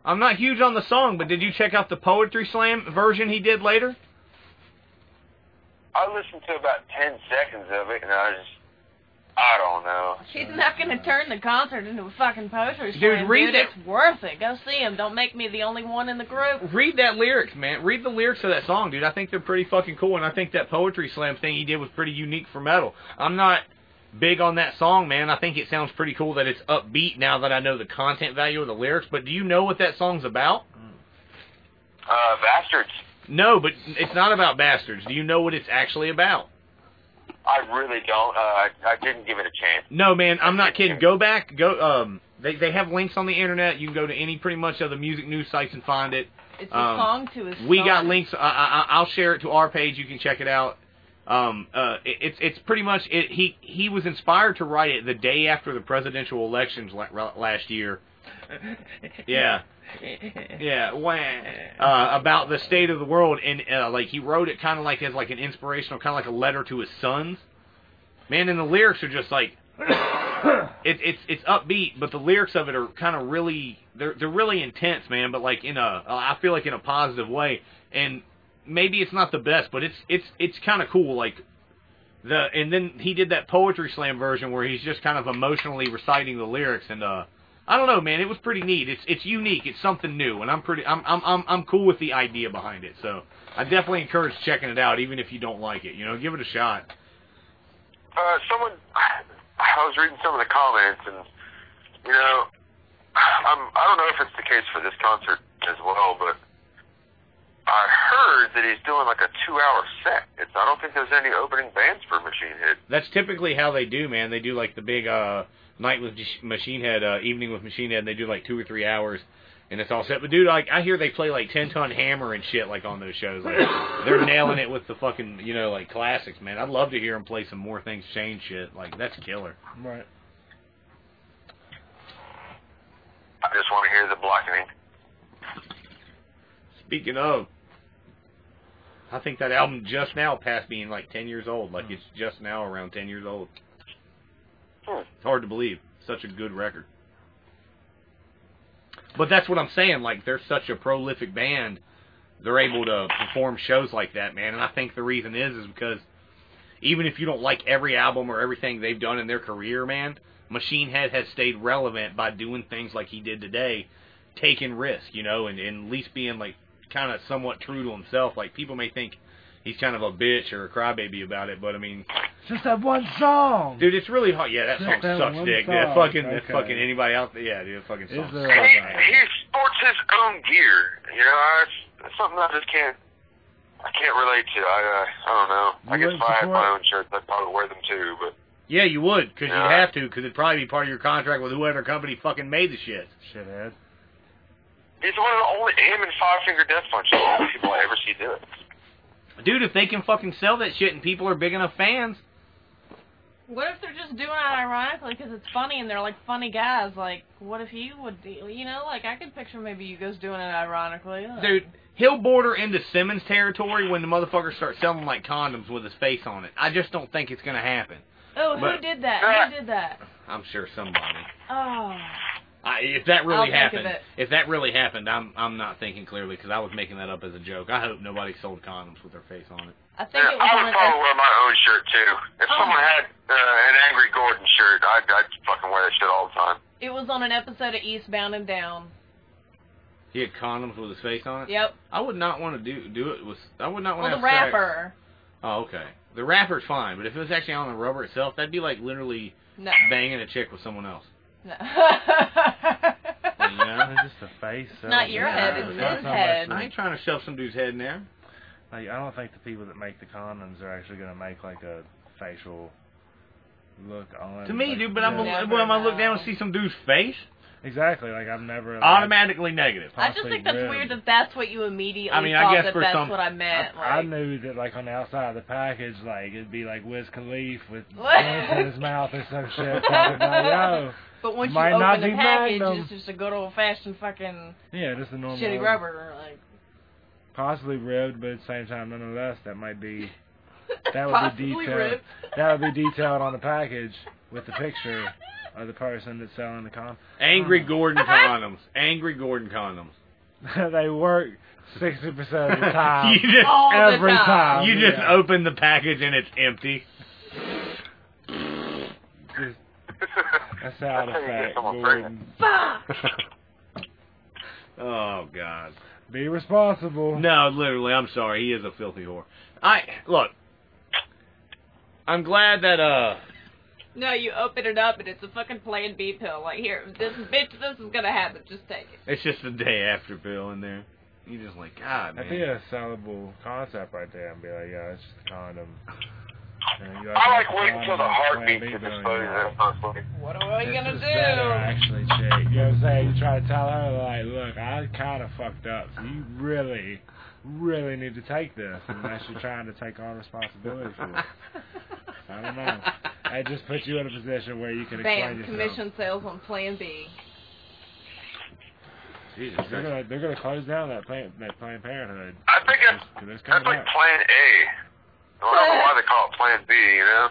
S3: I'm not huge on the song, but did you check out the poetry slam version he did later?
S4: I listened to about 10 seconds of it, and I was just. I don't know.
S5: She's not gonna turn the concert into a fucking poetry
S3: Dude,
S5: slam,
S3: read
S5: dude.
S3: it.
S5: It's worth it. Go see him. Don't make me the only one in the group.
S3: Read that lyrics, man. Read the lyrics of that song, dude. I think they're pretty fucking cool, and I think that poetry slam thing he did was pretty unique for metal. I'm not big on that song, man. I think it sounds pretty cool that it's upbeat now that I know the content value of the lyrics. But do you know what that song's about?
S4: Uh, Bastards.
S3: No, but it's not about bastards. Do you know what it's actually about?
S4: I really don't. Uh, I, I didn't give it a chance.
S3: No, man, I'm not kidding. Go back, go. Um, they they have links on the internet. You can go to any pretty much of the music news sites and find it.
S5: It's a
S3: Um,
S5: song to his.
S3: We
S5: song.
S3: got links. I, I, I'll share it to our page. You can check it out. Um, uh, it, it's it's pretty much it, he he was inspired to write it the day after the presidential elections la- ra- last year. Yeah, yeah, wah. uh, about the state of the world, and uh, like he wrote it kind of like as like an inspirational, kind of like a letter to his sons. Man, and the lyrics are just like it, it's it's upbeat, but the lyrics of it are kind of really they're they're really intense, man. But like in a I feel like in a positive way, and maybe it's not the best, but it's it's it's kind of cool. Like the and then he did that poetry slam version where he's just kind of emotionally reciting the lyrics, and uh I don't know, man. It was pretty neat. It's it's unique. It's something new, and I'm pretty I'm I'm I'm I'm cool with the idea behind it. So I definitely encourage checking it out, even if you don't like it. You know, give it a shot.
S4: Uh, someone. I, I was reading some of the comments, and, you know, I'm, I don't know if it's the case for this concert as well, but I heard that he's doing like a two hour set. It's, I don't think there's any opening bands for Machine Head.
S3: That's typically how they do, man. They do like the big uh night with Mach- Machine Head, uh, evening with Machine Head, and they do like two or three hours. and it's all set. But dude, like I hear they play like ten ton hammer and shit like on those shows. Like they're nailing it with the fucking you know like classics, man. I'd love to hear them play some more things change shit. Like that's killer.
S2: Right.
S4: I just want to hear the blackening.
S3: Speaking of, I think that album just now passed being like 10 years old. Like it's just now around 10 years old.
S4: Hmm.
S3: It's hard to believe. Such a good record. But that's what I'm saying. Like they're such a prolific band, they're able to perform shows like that, man. And I think the reason is is because even if you don't like every album or everything they've done in their career, man, Machine Head has stayed relevant by doing things like he did today, taking risks, you know, and, and at least being like kind of somewhat true to himself. Like people may think he's kind of a bitch or a crybaby about it, but I mean,
S2: Just that one song.
S3: dude, it's really hard. Yeah, that
S2: Just
S3: song
S2: that
S3: sucks
S2: one
S3: dick.
S2: song.
S3: That fucking, that
S2: Okay.
S3: fucking anybody out there. Yeah, dude, that fucking
S2: Is
S3: song.
S2: there-
S3: sucks.
S4: And he,
S2: Okay.
S4: he sports his own gear. You know, that's, that's something I just can't. I can't relate to. I uh, I don't know. I
S2: You
S4: guess if
S2: wouldn't
S4: I had my
S2: support-
S4: own shirts, I'd probably wear them too. But
S3: Yeah, you would, because
S4: Yeah.
S3: you'd have to, because it'd probably be part of your contract with whoever company fucking made the shit.
S2: [laughs] Shithead.
S4: he's one of the only him and Five Finger Death Punch are the only people I ever see do it.
S3: Dude, if they can fucking sell that shit and people are big enough fans,
S5: What if they're just doing it ironically because it's funny and they're like funny guys? Like, what if you would, do, you know? Like, I could picture maybe you guys doing it ironically. Like,
S3: dude, he'll border into Simmons territory when the motherfucker starts selling like condoms with his face on it. I just don't think it's gonna happen.
S5: oh, who
S3: but-
S5: did that? Who did that?
S3: I'm sure somebody.
S5: Oh,
S3: I, if that
S5: I'll
S3: really
S5: think of
S3: happened,
S5: it.
S3: if that really happened, I'm I'm not thinking clearly because I was making that up as a joke. I hope nobody sold condoms with their face on it.
S5: I think
S4: Yeah,
S5: it
S4: I
S5: was on
S4: would probably
S5: an,
S4: wear my own shirt too. If
S5: Oh.
S4: someone had uh, an Angry Gordon shirt, I'd, I'd fucking wear that shit all the time. [laughs]
S5: it was on an episode of Eastbound and Down.
S3: He had condoms with his face on it.
S5: Yep.
S3: I would not want to do do it with. I would not want
S5: Well,
S3: to
S5: the
S3: have sex-
S5: rapper.
S3: Oh, okay. The wrapper's fine, but if it was actually on the rubber itself, that'd be like literally
S5: No.
S3: banging a chick with someone else.
S5: no.
S3: You know, it's just
S2: The face.
S5: It's not your
S3: Yeah,
S5: head,
S3: it's
S5: it's
S3: not
S5: his
S3: so
S5: head.
S3: a- I ain't trying to shove some dude's head in there.
S2: Like, I don't think the people that make the condoms are actually gonna make like a facial look on.
S3: To me,
S2: like,
S3: dude, but I'm
S2: yeah.
S5: Never
S3: gonna, what, am I look down
S5: know.
S3: and see some dude's face?
S2: exactly like I've never like,
S3: Automatically negative.
S5: [laughs] I just think that's
S2: possibly
S5: weird
S2: ribbed.
S5: that that's what you immediately
S3: I mean, I
S5: thought
S3: guess
S5: that
S3: for
S5: that's
S3: some-
S5: what I meant.
S2: I
S5: like,
S2: knew that like on the outside of the package, like it'd be like Wiz Khalif with
S5: [laughs] What?
S2: hands in his mouth or some shit. talking about, Yo.
S5: but once you
S2: Might not
S5: open
S2: be
S5: the package,
S2: Magnum.
S5: it's just a good old fashioned fucking
S2: Yeah, just a normal
S5: shitty rubber. Like, [laughs]
S2: possibly ribbed, but at the same time, nonetheless, that might be That would be
S5: possibly
S2: detailed.
S5: ripped.
S2: that would be detailed on the package with the picture of the person that's selling the condom.
S3: Angry Gordon condoms. Angry Gordon condoms.
S2: [laughs] they work sixty
S3: [laughs]
S2: percent of the time.
S3: you just,
S5: [laughs] All the
S2: every
S5: time.
S2: time.
S3: you just
S2: Um, yeah.
S3: open the package and it's
S2: [laughs]
S3: empty.
S2: Just- That's out of
S4: how you get
S2: fact.
S4: someone
S2: Gordon.
S5: Fuck!
S3: Oh God.
S2: Be responsible.
S3: No, literally, I'm sorry. He is a filthy whore. I look. I'm glad that uh
S5: No, you open it up and it's a fucking Plan B pill. Like, here, this bitch, this is gonna happen. Just take it.
S3: it's just the day after pill in there. You just like God,
S2: That'd
S3: man.
S2: be a sellable concept right there, and be like, yeah, it's just a condom. And you
S4: I like
S2: open up the
S4: waiting
S2: condom, it's plan B,
S4: until the heartbeat to
S2: but,
S4: dispose
S2: you
S4: of
S2: know,
S4: it. Honestly,
S5: What are you
S2: this
S5: gonna
S2: is
S5: [laughs]
S2: better,
S5: do?
S2: actually, chick. You know what I'm saying? You try to tell her, like, look, I kind of fucked up. So you really, really need to take this unless you're trying to take all responsibility for it. I don't know. That just puts you in a position where you can explain
S5: Bam,
S2: yourself.
S5: commission sales on Plan B.
S3: Jesus
S2: They're
S3: Christ.
S2: gonna they're gonna close down that Planned that Planned Parenthood.
S4: I think
S2: It's-
S4: that's,
S2: 'cause it's
S4: that's
S2: coming
S4: like
S2: up.
S4: Plan A. I don't know why they call it Plan B. You know,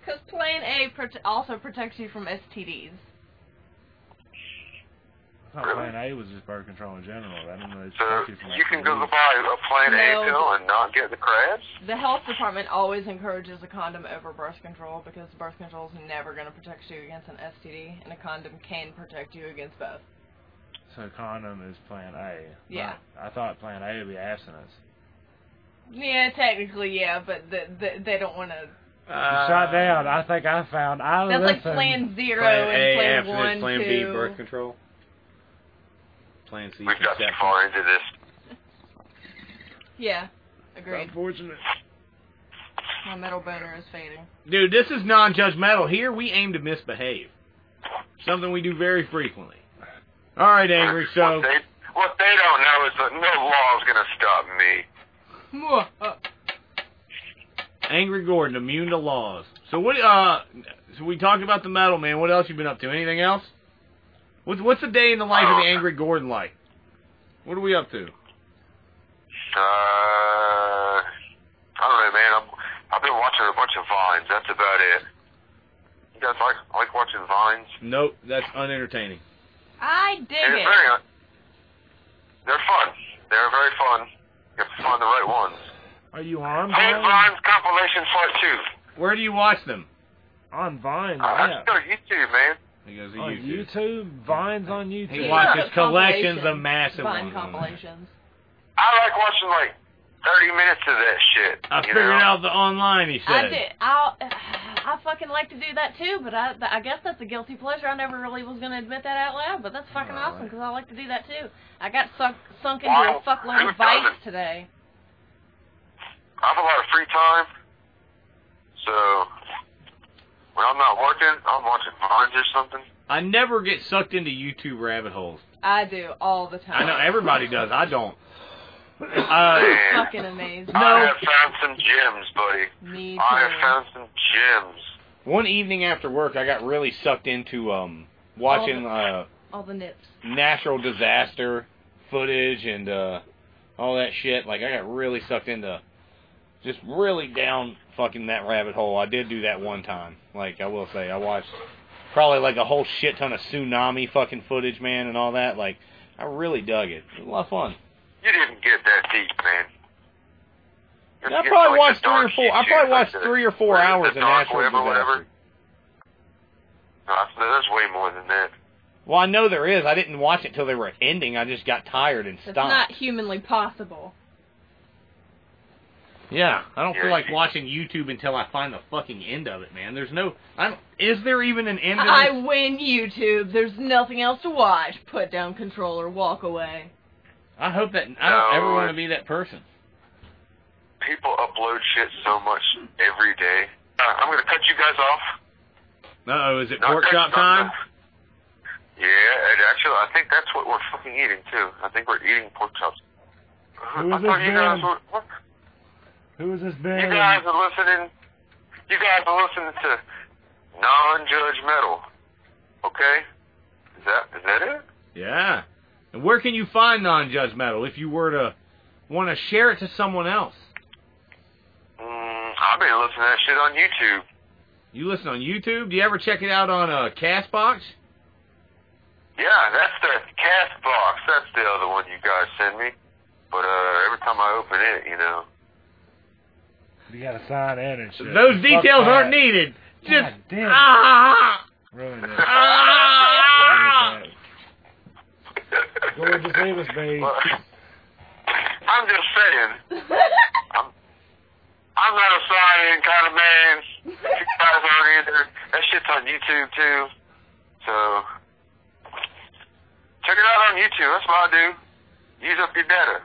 S5: Because Plan A prote- also protects you from STDs.
S2: I thought Plan A was just birth control in general. I don't know.
S4: so Uh, you can go
S2: the
S4: buy a Plan
S5: No.
S4: A pill and not get the crabs.
S5: The health department always encourages a condom over birth control because birth control is never going to protect you against an STD, and a condom can protect you against both.
S2: So condom is Plan A.
S5: Yeah.
S2: Right. I thought Plan A would be abstinence.
S5: Yeah, technically, yeah, but the, the, they don't want to.
S3: Uh,
S2: Shot down. I think I found. I
S5: That's like
S2: listened.
S5: Plan Zero
S3: plan A,
S5: and Plan
S3: abstinence,
S5: One,
S3: plan
S5: two.
S3: B, birth control. Plan C,
S4: We've got too
S3: conception.
S4: far into this.
S5: Yeah, agreed.
S2: Unfortunate.
S5: My metal boner is fading.
S3: Dude, this is non-judgmental. Here we aim to misbehave, something we do very frequently. All right, angry. So
S4: what they, what they don't know is that no law's going to stop me.
S3: angry Gordon, immune to laws. So what? Uh, so we talked about the metal man. What else you been up to? Anything else? What's what's the day in the life of the angry Gordon like? What are we up to?
S4: Uh, I don't know, man. I'm, I've been watching a bunch of vines. That's about it. You guys like like watching vines?
S3: Nope, that's unentertaining.
S5: I dig
S4: They're
S5: it.
S4: very, uh, they're fun. They're very fun. You have to find the right ones.
S2: Are you on
S4: Fun
S2: Vine?
S4: Vines compilation part two.
S3: Where do you watch them?
S2: On Vine,
S4: Uh,
S2: yeah.
S4: That's still YouTube, man.
S3: He goes to
S2: On
S3: YouTube.
S2: YouTube, Vine's on YouTube.
S3: He watched
S5: Yeah,
S3: his collections of
S5: compilations.
S3: massive
S5: Vine
S3: ones on there.
S5: compilations.
S4: I like watching like 30 minutes of that shit.
S3: I
S4: you
S3: figured
S4: know?
S3: out the online. He said.
S5: I did. I I fucking like to do that too, but I I guess that's a guilty pleasure. I never really was gonna admit that out loud, but that's fucking awesome because I like to do that too. I got sunk sunk into
S4: Wow.
S5: a fuckload
S4: Who
S5: of vice
S4: doesn't?
S5: today.
S4: I have a lot of free time, so when I'm not working, I'm watching Vines or something.
S3: I never get sucked into YouTube rabbit holes.
S5: I do all the
S3: I
S5: time.
S3: know everybody does. I don't. Uh,
S4: Man,
S5: Fucking amazing.
S4: I
S3: No.
S4: have found some gems, buddy.
S5: Me too.
S4: I have found some gems.
S3: one evening after work, I got really sucked into um watching uh
S5: all the nips.
S3: natural disaster footage and uh all that shit. Like I got really sucked into just really down fucking that rabbit hole. I did do that one time. Like I will say, I watched probably like a whole shit ton of tsunami fucking footage, man, and all that. Like I really dug it. It was a lot of fun.
S4: You didn't get that deep, man.
S3: And I probably watched three or four. I probably watched three or four hours of
S4: in dark
S3: natural
S4: web or
S3: disaster.
S4: whatever. No, I- there's way more than that.
S3: Well, I know there is. I didn't watch it till they were ending. I just got tired and
S5: That's
S3: stopped.
S5: not humanly possible.
S3: Yeah, I don't feel
S4: Yeah,
S3: like
S4: you-
S3: watching YouTube until I find the fucking end of it, man. There's no, I don't. Is there even an end?
S5: I
S3: to this?
S5: win YouTube. There's nothing else to watch. Put down controller, walk
S4: [laughs]
S5: away.
S3: I hope that I don't ever
S4: No.
S3: want to be that person.
S4: People upload shit so much every day. Uh, I'm gonna cut you guys off.
S3: Uh oh, is it
S4: Not
S3: pork
S4: cut-
S3: chop
S4: not-
S3: time?
S4: Yeah, and actually, I think that's what we're fucking eating too. I think we're eating pork chops.
S2: Who
S4: I
S2: is
S4: thought
S2: this
S4: you
S2: man?
S4: guys were. What?
S2: Who has this been?
S4: You guys are listening. You guys are listening to non-judgmental. Okay, is that is that it?
S3: Yeah. And where can you find non-judgmental if you were to want to share it to someone else?
S4: Mm, I've been listening to that shit on YouTube.
S3: You listen on YouTube. Do you ever check it out on uh, Castbox?
S4: Yeah, that's the cast box. That's the other one you guys send me. But uh, every time I open it, you know.
S2: You gotta sign in and shit.
S3: Those
S2: Fuck
S3: details
S2: that.
S3: aren't needed. Just
S2: God damn.
S3: ah.
S2: Ruined it.
S3: [laughs] ah.
S2: Gordon, just leave us be.
S4: Well, [laughs] I'm just saying. I'm, I'm not a sign-in kind of man. You guys aren't either. That shit's on YouTube too. So check it out on YouTube. That's what I do. Use up your data.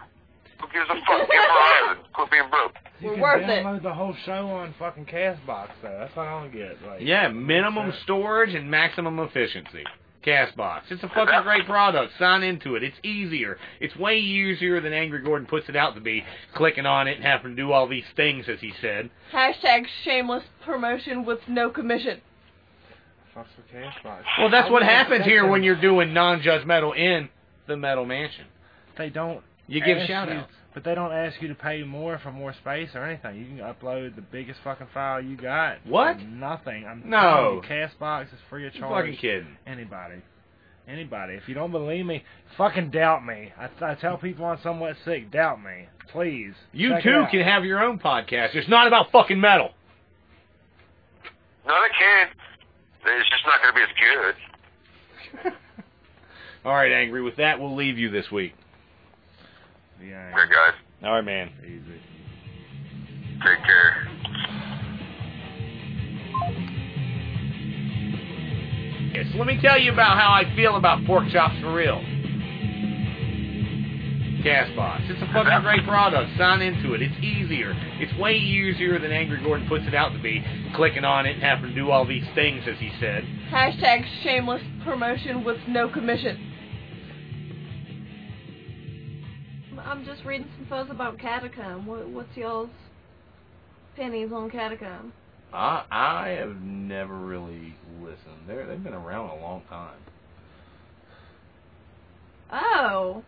S4: Who gives a fuck? Get Verizon. Quit being broke.
S2: You
S5: We're
S2: can
S5: worth it.
S2: download the whole show on fucking Castbox though. That's what I don't get. Like,
S3: Yeah, minimum storage and maximum efficiency. Castbox. It's a
S2: [laughs]
S3: fucking great product. Sign into it. It's easier. It's way easier than Angry Gordon puts it out to be, clicking on it and having to do all these things, as he said.
S5: Hashtag shameless promotion with no commission.
S2: Fucks with Castbox.
S3: Well, that's what
S2: I wouldn't
S3: happens
S2: expect
S3: here
S2: them-
S3: when you're doing non-judgmental in the Metal Mansion.
S2: They don't
S3: You give
S2: ask
S3: shout
S2: you-
S3: outs.
S2: But they don't ask you to pay more for more space or anything. You can upload the biggest fucking file you got. for
S3: What?
S2: Nothing. I'm
S3: No.
S2: telling you, Castbox is free of
S3: You're
S2: charge.
S3: fucking kidding.
S2: Anybody. Anybody. If you don't believe me, fucking doubt me. I, I tell people I'm somewhat sick, doubt me. Please.
S3: You
S2: Check it
S3: too
S2: out.
S3: can have your own podcast. It's not about fucking metal.
S4: No, they can. It's just not going to be as good.
S3: All right, Angry. With that, we'll leave you this week.
S2: Yeah.
S4: Okay, guys.
S3: All right, man.
S2: Easy.
S4: Take care.
S3: Yes, let me tell you about how I feel about pork chops for real. Castbox. It's a [laughs] fucking great product. Sign into it. It's easier. It's way easier than Angry Gordon puts it out to be, clicking on it and having to do all these things, as he said.
S5: Hashtag shameless promotion with no commission. I'm just reading some fuzz about Catacomb. What, what's y'all's pennies on Catacomb?
S3: I I have never really listened. They're, they've been around a long time.
S5: Oh,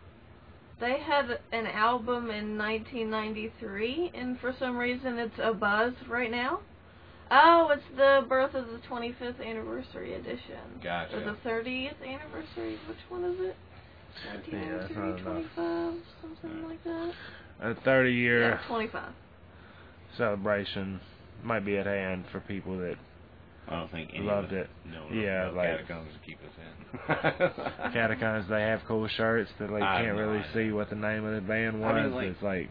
S5: they had an album in 1993, and for some reason it's a buzz right now. Oh, it's the birth of the 25th anniversary edition.
S3: Gotcha.
S5: Or the 30th anniversary. Which one is it?
S2: Yeah, that's not
S5: 1993,
S2: enough.
S5: 25, something like that.
S2: A 30 year
S5: Yeah, 25.
S2: celebration might be at hand for people that
S3: I don't think any
S2: Loved
S3: of us
S2: it.
S3: know
S2: Yeah,
S3: enough about
S2: like-
S3: catacombs to keep us in.
S2: catacombs they have cool shirts that like
S3: I have
S2: can't
S3: no
S2: really
S3: idea.
S2: see what the name of the band
S3: I mean,
S2: was. but
S3: like-
S2: it's like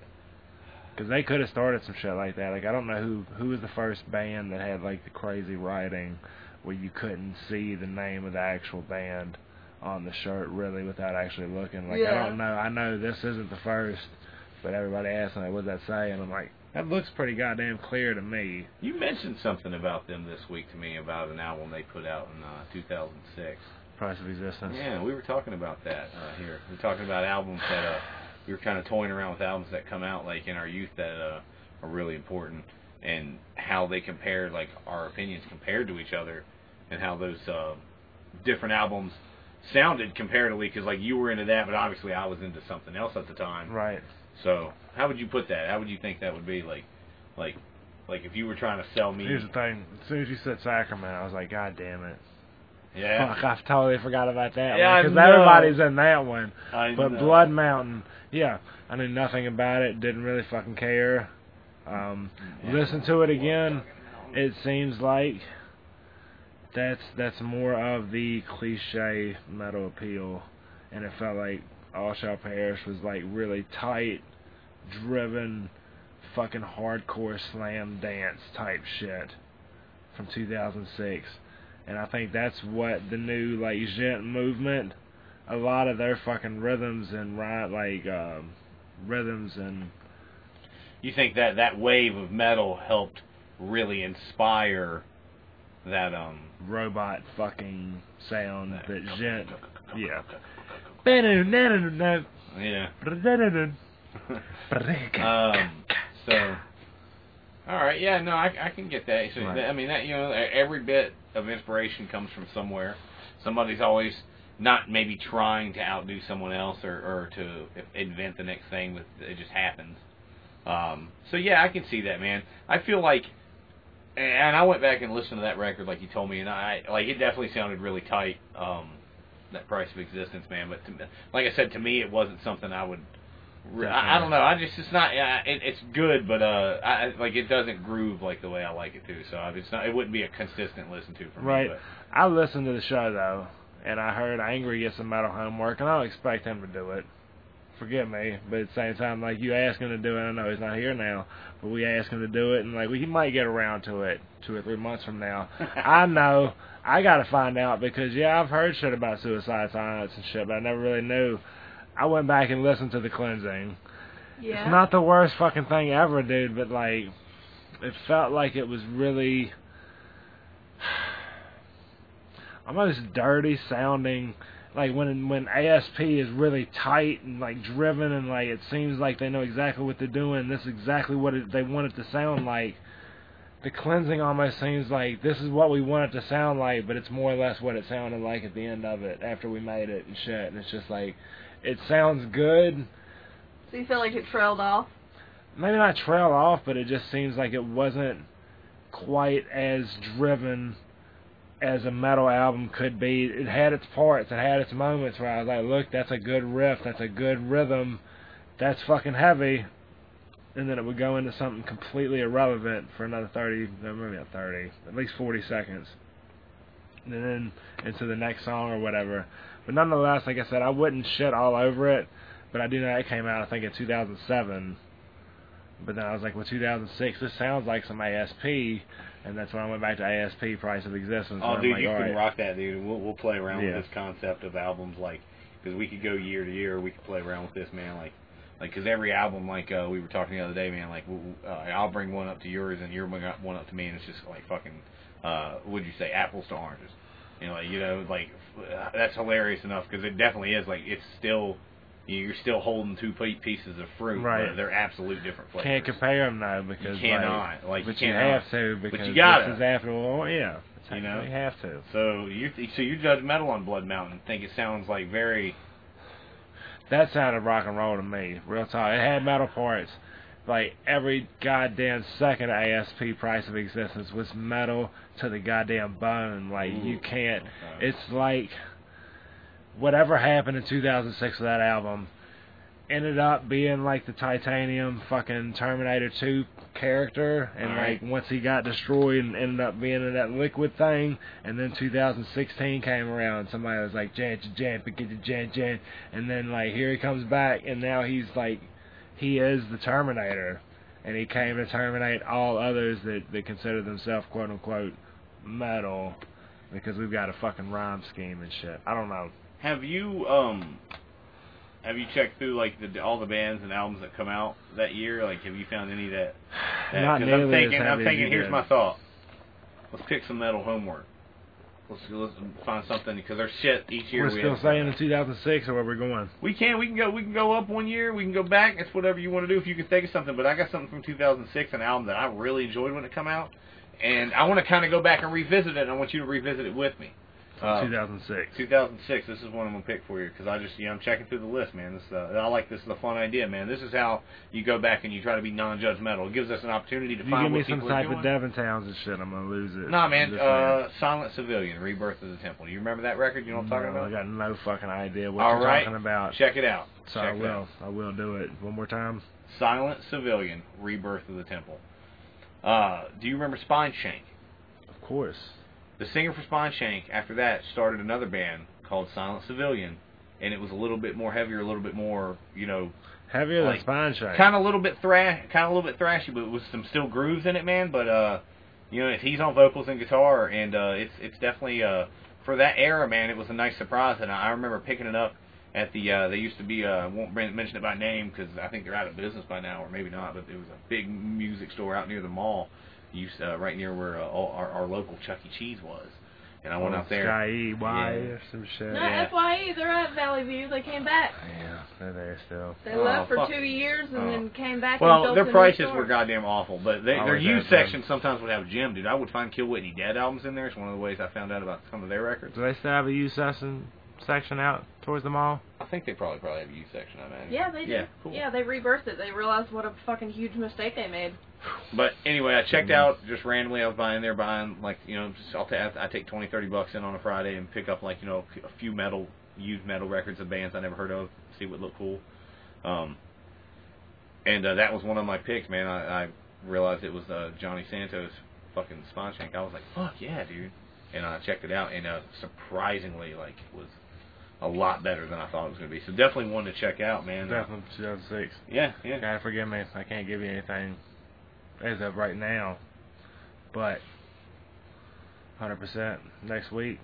S2: because they could have started some shit like that. Like I don't know who who was the first band that had like the crazy writing where you couldn't see the name of the actual band on the shirt really without actually looking. Like I
S5: Yeah.
S2: don't know. I know this isn't the first, but everybody asked me like, what does that say, and I'm like. That looks pretty goddamn clear to me.
S3: You mentioned something about them this week to me about an album they put out in uh, 2006.
S2: Price of Resistance.
S3: Yeah, we were talking about that uh, here. We were talking about albums that uh, we were kind of toying around with albums that come out like in our youth that uh, are really important, and how they compare, like our opinions compared to each other, and how those uh, different albums sounded comparatively. Because like you were into that, but obviously I was into something else at the time.
S2: Right.
S3: So how would you put that? How would you think that would be like, like, like if you were trying to sell me?
S2: Here's the thing. As soon as you said Sacrament, I was like, God damn it.
S3: Yeah.
S2: Fuck, I totally forgot about that
S3: Yeah, I
S2: one. Because
S3: know.
S2: everybody's in that one.
S3: I
S2: But
S3: know.
S2: Blood Mountain, yeah, I knew nothing about it. Didn't really fucking care. Um,
S3: Yeah.
S2: listen to it again. It seems like that's that's more of the cliche metal appeal, and it felt like All Shall Perish was like really tight, driven, fucking hardcore slam dance type shit from 2006, and I think that's what the new like gent movement. A lot of their fucking rhythms and right like um, rhythms and
S3: You think that that wave of metal helped really inspire that um
S2: robot fucking sound that gent yeah. [laughs]
S3: yeah
S2: Um,
S3: um so all right yeah no I, I can get that so,
S2: Right.
S3: I mean that you know e-, every bit of inspiration comes from somewhere somebody's always not maybe trying to outdo someone else or, or to invent the next thing but it just happens um so yeah I can see that man I feel like and I went back and listened to that record like you told me, and I like it definitely sounded really tight. Um, that price of existence, man. But to, me- like I said, to me, it wasn't something I would. re- I, I don't know. I just it's not. yeah, It, it's good, but uh, I, I- like it doesn't groove like the way I like it to. So I- it's not. It wouldn't be a consistent listen to for
S2: Right.
S3: me.
S2: I listened to the show though, and I heard Angry get some metal homework, and I don't expect him to do it. Forgive me, but at the same time, like you ask him to do it, I know he's not here now, but we ask him to do it, and like we, he might get around to it two or three months from now.
S3: But
S2: I know. I gotta find out because yeah, I've heard shit about suicide silence and shit, but I never really knew. I went back and listened to the cleansing.
S5: Yeah.
S2: It's not the worst fucking thing ever, dude, but like it felt like it was really [sighs] almost dirty sounding like when when ASP is really tight and like driven and like it seems like they know exactly what they're doing. This is exactly what it, they want it to sound like. The cleansing almost seems like this is what we want it to sound like, but it's more or less what it sounded like at the end of it after we made it and shit. And it's just like it sounds good,
S5: So you feel like it trailed off?
S2: maybe not trail off, but it just seems like it wasn't quite as driven as a metal album could be. It had its parts, it had its moments where I was like, look, that's a good riff, that's a good rhythm, that's fucking heavy. And then it would go into something completely irrelevant for another 30, no, maybe not 30, at least 40 seconds. And then into the next song or whatever. But nonetheless, like I said, I wouldn't shit all over it. But I do know it came out, I think, in 2007. But then I was like, well, 2006, this sounds like some ASP, and that's when I went back to ASP, Price of Existence. and
S3: oh,
S2: I'm
S3: dude,
S2: like,
S3: you
S2: all
S3: can
S2: right.
S3: rock that, dude. We'll we'll play around
S2: Yeah.
S3: with this concept of albums, like because we could go year to year. We could play around with this, man. Like. Like, cause every album, like uh, we were talking the other day, man. Like, w- w- uh, I'll bring one up to yours, and you'll bring up one up to me, and it's just like fucking, uh, would you say apples to oranges? You know, like, you know, like f- uh, that's hilarious enough because it definitely is. Like, it's still You're still holding two pe- pieces of fruit.
S2: Right.
S3: but They're absolute different flavors.
S2: Can't compare them though because
S3: cannot, like, you
S2: but you
S3: cannot.
S2: have to because
S3: you gotta.
S2: this is after all. Yeah,
S3: You know?
S2: you have to.
S3: So you so you judge metal on Blood Mountain. Think it sounds like very
S2: That sounded rock and roll to me. Real talk. It had metal parts. Like every goddamn second ASP price of existence was metal to the goddamn bone. Like you can't.
S3: okay.
S2: It's like whatever happened in 2006 with that album ended up being like the Titanium fucking Terminator 2 character, and
S3: Alright.
S2: like once he got destroyed and ended up being in that liquid thing, and then 2016 came around, and somebody was like Jan Jan, Jan get the Jan Jan, and then like here he comes back, and now he's like he is the Terminator, and he came to terminate all others that that consider themselves quote unquote metal. Because we've got a fucking rhyme scheme and shit. I don't know.
S3: Have you um have you checked through like the all the bands and albums that come out that year? Like, have you found any
S2: [sighs]
S3: that? that
S2: Not
S3: 'cause I'm
S2: nearly as
S3: thinking. I'm
S2: heavy as
S3: thinking.
S2: you
S3: Here's
S2: did.
S3: my thought. Let's pick some metal homework. Let's, let's find something because there's shit each year.
S2: We're
S3: we
S2: still
S3: have to-
S2: saying in 2006 or where we're going.
S3: we can. We can go. We can go up one year. We can go back. It's whatever you want to do. If you can think of something, but I got something from 2006, an album that I really enjoyed when it come out, and I want to kind of go back and revisit it. and I want you to revisit it with me. Uh,
S2: 2006.
S3: 2006. This is one I'm gonna pick for you because I just, you know, I'm checking through the list, man. This, uh, I like this is a fun idea, man. This is how you go back and you try to be non-judgmental. It gives us an opportunity to
S2: You
S3: find
S2: give me
S3: what
S2: some
S3: people are
S2: type
S3: doing.
S2: of Devin Towns and shit, I'm gonna lose it.
S3: Nah, man.
S2: Just
S3: Uh, Silent Civilian, Rebirth of the Temple. Do you remember that record? You know what I'm talking
S2: no,
S3: about?
S2: I got no fucking idea what
S3: All
S2: you're
S3: right.
S2: talking about.
S3: Check it out.
S2: so
S3: Check
S2: I
S3: it
S2: will.
S3: out.
S2: I will do it one more time.
S3: Silent Civilian, Rebirth of the Temple. Uh, do you remember Spine Shank?
S2: Of course.
S3: The singer for Spine Shank, after that, started another band called Silent Civilian, and it was a little bit more heavier, a little bit more, you know,
S2: Heavier
S3: Like,
S2: than spine shape.
S3: kind of a little bit thrash, kind of a little bit thrashy, but with some still grooves in it, man. But uh, you know, he's on vocals and guitar, and uh, it's it's definitely uh for that era, man. It was a nice surprise, and I I remember picking it up at the uh, they used to be uh, I won't men- mention it by name because I think they're out of business by now, or maybe not. But it was a big music store out near the mall, used uh, right near where uh, all, our, our local Chuck E. Cheese was, and I went out there.
S2: Sky E, Y,
S3: Yeah.
S2: or some shit.
S6: No,
S3: Yeah.
S5: E,
S6: FYE, they're at Valley View. They came back.
S2: Yeah, they're there still.
S6: They
S3: Oh,
S6: left for
S3: fuck.
S6: two years and
S3: Oh.
S6: then came back. and
S3: Well,
S6: built
S3: their
S6: a new
S3: prices
S6: store.
S3: were goddamn awful, but they, their
S2: Always
S3: used
S2: have been.
S3: section sometimes would have uh, a gym, dude. I would find Kill Whitney Dead albums in there. It's one of the ways I found out about some of their records.
S2: Do they still have a U section section out towards the mall?
S3: I think they probably probably have a used section. I imagine.
S6: Yeah, they did.
S3: Yeah, cool.
S6: yeah, they rebirthed it. They realized what a fucking huge mistake they made.
S3: But anyway, I checked out just randomly. I was buying there, buying like you know, just, I'll ta- I take twenty, thirty bucks in on a Friday and pick up like you know a few metal used metal records of bands I never heard of, see what looked cool. Um, and uh, that was one of my picks, man. I, I realized it was uh, Johnny Santos fucking Spine Shank. I was like, fuck yeah, dude. And I checked it out, and uh, surprisingly, like it was a lot better than I thought it was gonna be. So definitely one to check out, man. Uh,
S2: Definitely 2006.
S3: Yeah, yeah.
S2: God forgive me, I can't give you anything as of right now. But 100% next week,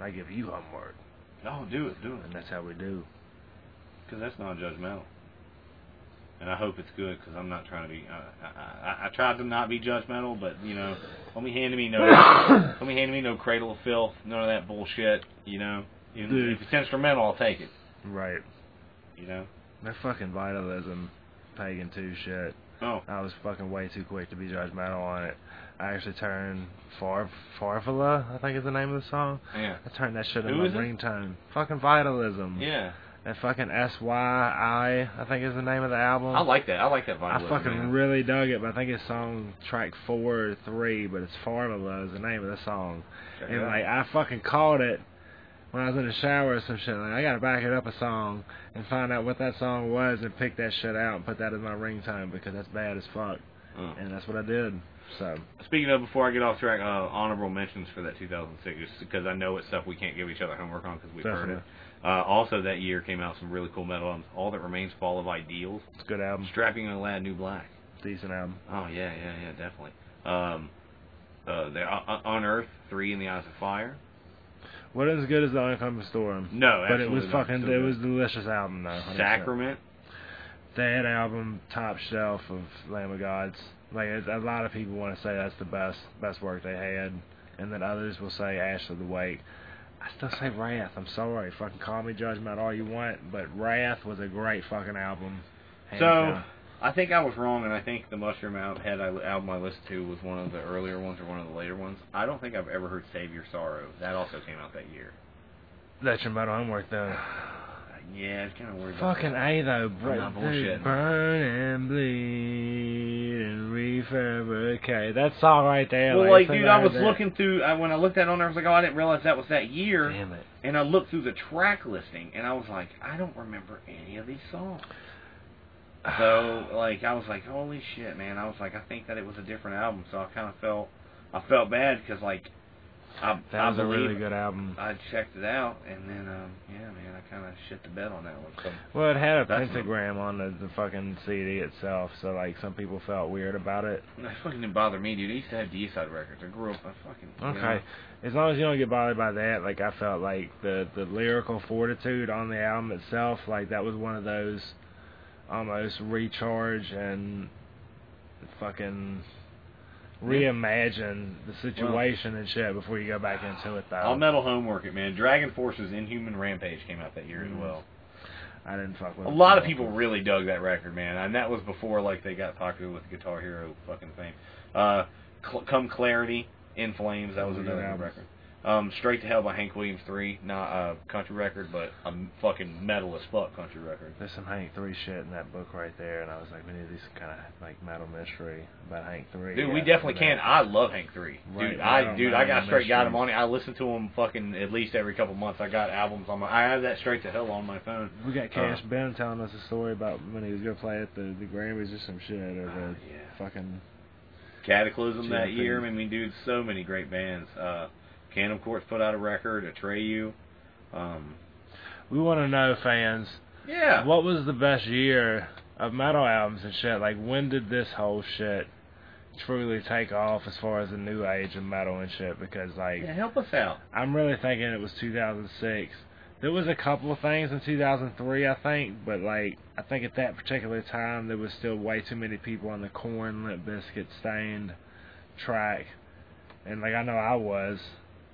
S2: I give you homework,
S3: Oh, do it, do it.
S2: and that's how we do.
S3: Because that's non-judgmental. And I hope it's good because I'm not trying to be. I, I, I, I tried to not be judgmental, but you know, let me hand me no,
S2: [coughs]
S3: let me hand me no cradle of filth, none of that bullshit. You know, Even
S2: Dude.
S3: if it's instrumental, I'll take it.
S2: Right.
S3: You know.
S2: That fucking vitalism, pagan two shit.
S3: Oh,
S2: I was fucking way too quick to be judgmental on it. I actually turned Far Farfalla, I think is the name of the song.
S3: yeah,
S2: I turned that shit in
S3: Who
S2: my
S3: is it?
S2: ringtone. Fucking vitalism.
S3: yeah.
S2: That fucking S Y I, I think is the name of the album.
S3: I like that. I like that vibe.
S2: I fucking really dug it, but I think it's song track four or three, but it's Formula is the name of the song. and like I fucking caught it when I was in the shower or some shit. Like I gotta back it up a song and find out what that song was and pick that shit out and put that in my ringtone because that's bad as fuck.
S3: Mm.
S2: And that's what I did. So
S3: Speaking of, before I get off track, uh, honorable mentions for that 2006, just because I know it's stuff we can't give each other homework on because we've heard
S2: Definitely.
S3: it. Uh, also, that year came out some really cool metal albums. All That Remains, Fall of Ideals,
S2: it's a good album,
S3: Strapping on a Lad, New Black.
S2: decent album.
S3: Oh yeah, yeah, yeah, definitely. Um, uh, they uh, on Earth, Three in the Eyes of Fire.
S2: Wasn't as good as the Oncoming Storm.
S3: No,
S2: But it was
S3: absolutely not.
S2: fucking,
S3: So
S2: it
S3: good.
S2: was a delicious album though. 100%.
S3: Sacrament.
S2: That album, top shelf of Lamb of Gods. Like it, a lot of people want to say that's the best best work they had, and then others will say Ash of the Wake. I still say Wrath. I'm sorry. Fucking call me judgment all you want, but Wrath was a great fucking album. Hands
S3: So-
S2: down.
S3: I think I was wrong, and I think the Mushroom Al- head I, album I listened to was one of the earlier ones or one of the later ones. I don't think I've ever heard Save Your Sorrow. That also came out that year. Uh,
S2: that's your metal homework though.
S3: Yeah, it's kind of weird. about
S2: Fucking A though,
S3: I'm
S2: bro.
S3: not
S2: Dude,
S3: bullshitting.
S2: burn and bleed and refabricate. That song right there.
S3: Well,
S2: like,
S3: like, dude, I was
S2: that.
S3: looking through. I, when I looked at it on there, I was like, oh, I didn't realize that was that year.
S2: Damn it.
S3: And I looked through the track listing, and I was like, I don't remember any of these songs. So, like, I was like, holy shit, man. I was like, I think that it was a different album. So I kind of felt, I felt bad because, like, I,
S2: That
S3: I
S2: was a
S3: believe
S2: really good album.
S3: I checked it out, and then, um, yeah, man, I kind of shit the bed on that one. So.
S2: Well, it had a
S3: That's-
S2: pentagram on the, the fucking CD itself, so like some people felt weird about it.
S3: That fucking didn't bother me, dude. I used to have D-side records. I grew up, I fucking... you
S2: Okay.
S3: know.
S2: As long as you don't get bothered by that, like I felt like the the lyrical fortitude on the album itself, like that was one of those almost recharge and fucking reimagine the situation and shit before you go back into it though.
S3: I'll metal homework it, man. Dragon Force's Inhuman Rampage came out that year
S2: Mm.
S3: as well.
S2: I didn't fuck with
S3: A
S2: it.
S3: lot of people really dug that record, man, and that was before like they got popular with Guitar Hero fucking fame. Uh, Cl- Come Clarity, In Flames, that was
S2: Good
S3: another good
S2: album.
S3: record. Um, Straight to Hell by Hank Williams three, not a country record, but a m- fucking metal as fuck country record.
S2: There's some Hank Three shit in that book right there, and I was like, man, these kind of like metal mystery about Hank Three.
S3: Dude, we
S2: Yeah,
S3: definitely
S2: and
S3: can.
S2: that-
S3: I love Hank Three,
S2: Right,
S3: dude.
S2: but I
S3: I
S2: don't
S3: dude,
S2: know
S3: I got
S2: the
S3: straight got him
S2: mystery.
S3: on it. I listen to him fucking at least every couple months. I got albums on my. I have that Straight to Hell on my phone.
S2: We got
S3: Uh,
S2: Cash Ben telling us a story about when he was gonna play at the the Grammys or some shit or the
S3: Oh, yeah.
S2: fucking
S3: Cataclysm that
S2: Jim
S3: year. I
S2: Finch.
S3: mean, dude, so many great bands. Uh, Can of course put out a record. Atreyu. Um,
S2: We want to know, fans,
S3: yeah.
S2: what was the best year of metal albums and shit? Like, when did this whole shit truly take off as far as the new age of metal and shit? Because, like,
S3: yeah, help us out.
S2: I'm really thinking it was 2006. There was a couple of things in 2003, I think, but, like, I think at that particular time, there was still way too many people on the corn, Limp Biscuit, Stained track. And, like, I know I was.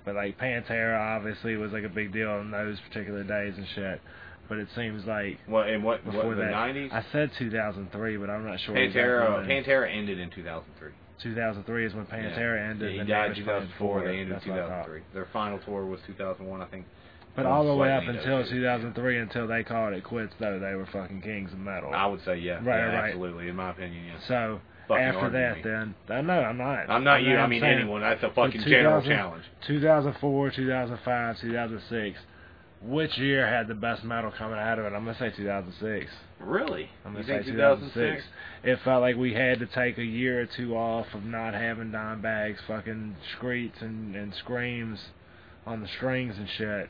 S2: But like Pantera obviously was like a big deal on those particular days and shit. But it seems like
S3: What and what?
S2: before
S3: What the
S2: that.
S3: nineties?
S2: I said 2003, but I'm not sure.
S3: Pantera.
S2: exactly when.
S3: Pantera ended in 2003.
S2: 2003 is when Pantera
S3: Yeah.
S2: ended.
S3: Yeah, he
S2: and
S3: died
S2: was
S3: in
S2: playing
S3: 2004. They
S2: forward.
S3: ended in
S2: That's what I thought.
S3: 2003. Their final tour was 2001, I think.
S2: But
S3: Well,
S2: all the way up
S3: slightly
S2: until
S3: noted, yeah.
S2: 2003, until they called it quits, though they were fucking kings of metal.
S3: I would say yeah.
S2: Right,
S3: yeah,
S2: right.
S3: Absolutely, in my opinion, yes.
S2: so
S3: Fucking
S2: after
S3: argue
S2: that,
S3: me.
S2: then I know I'm not.
S3: I'm not you.
S2: I'm
S3: I mean
S2: saying
S3: anyone. That's a fucking general
S2: 2000
S3: challenge.
S2: 2004, 2005, 2006. Which year had the best metal coming out of it? I'm gonna say 2006.
S3: Really?
S2: I'm
S3: you
S2: gonna
S3: think
S2: say 2006.
S3: 2006?
S2: It felt like we had to take a year or two off of not having dime bags, fucking screets and and screams on the strings and shit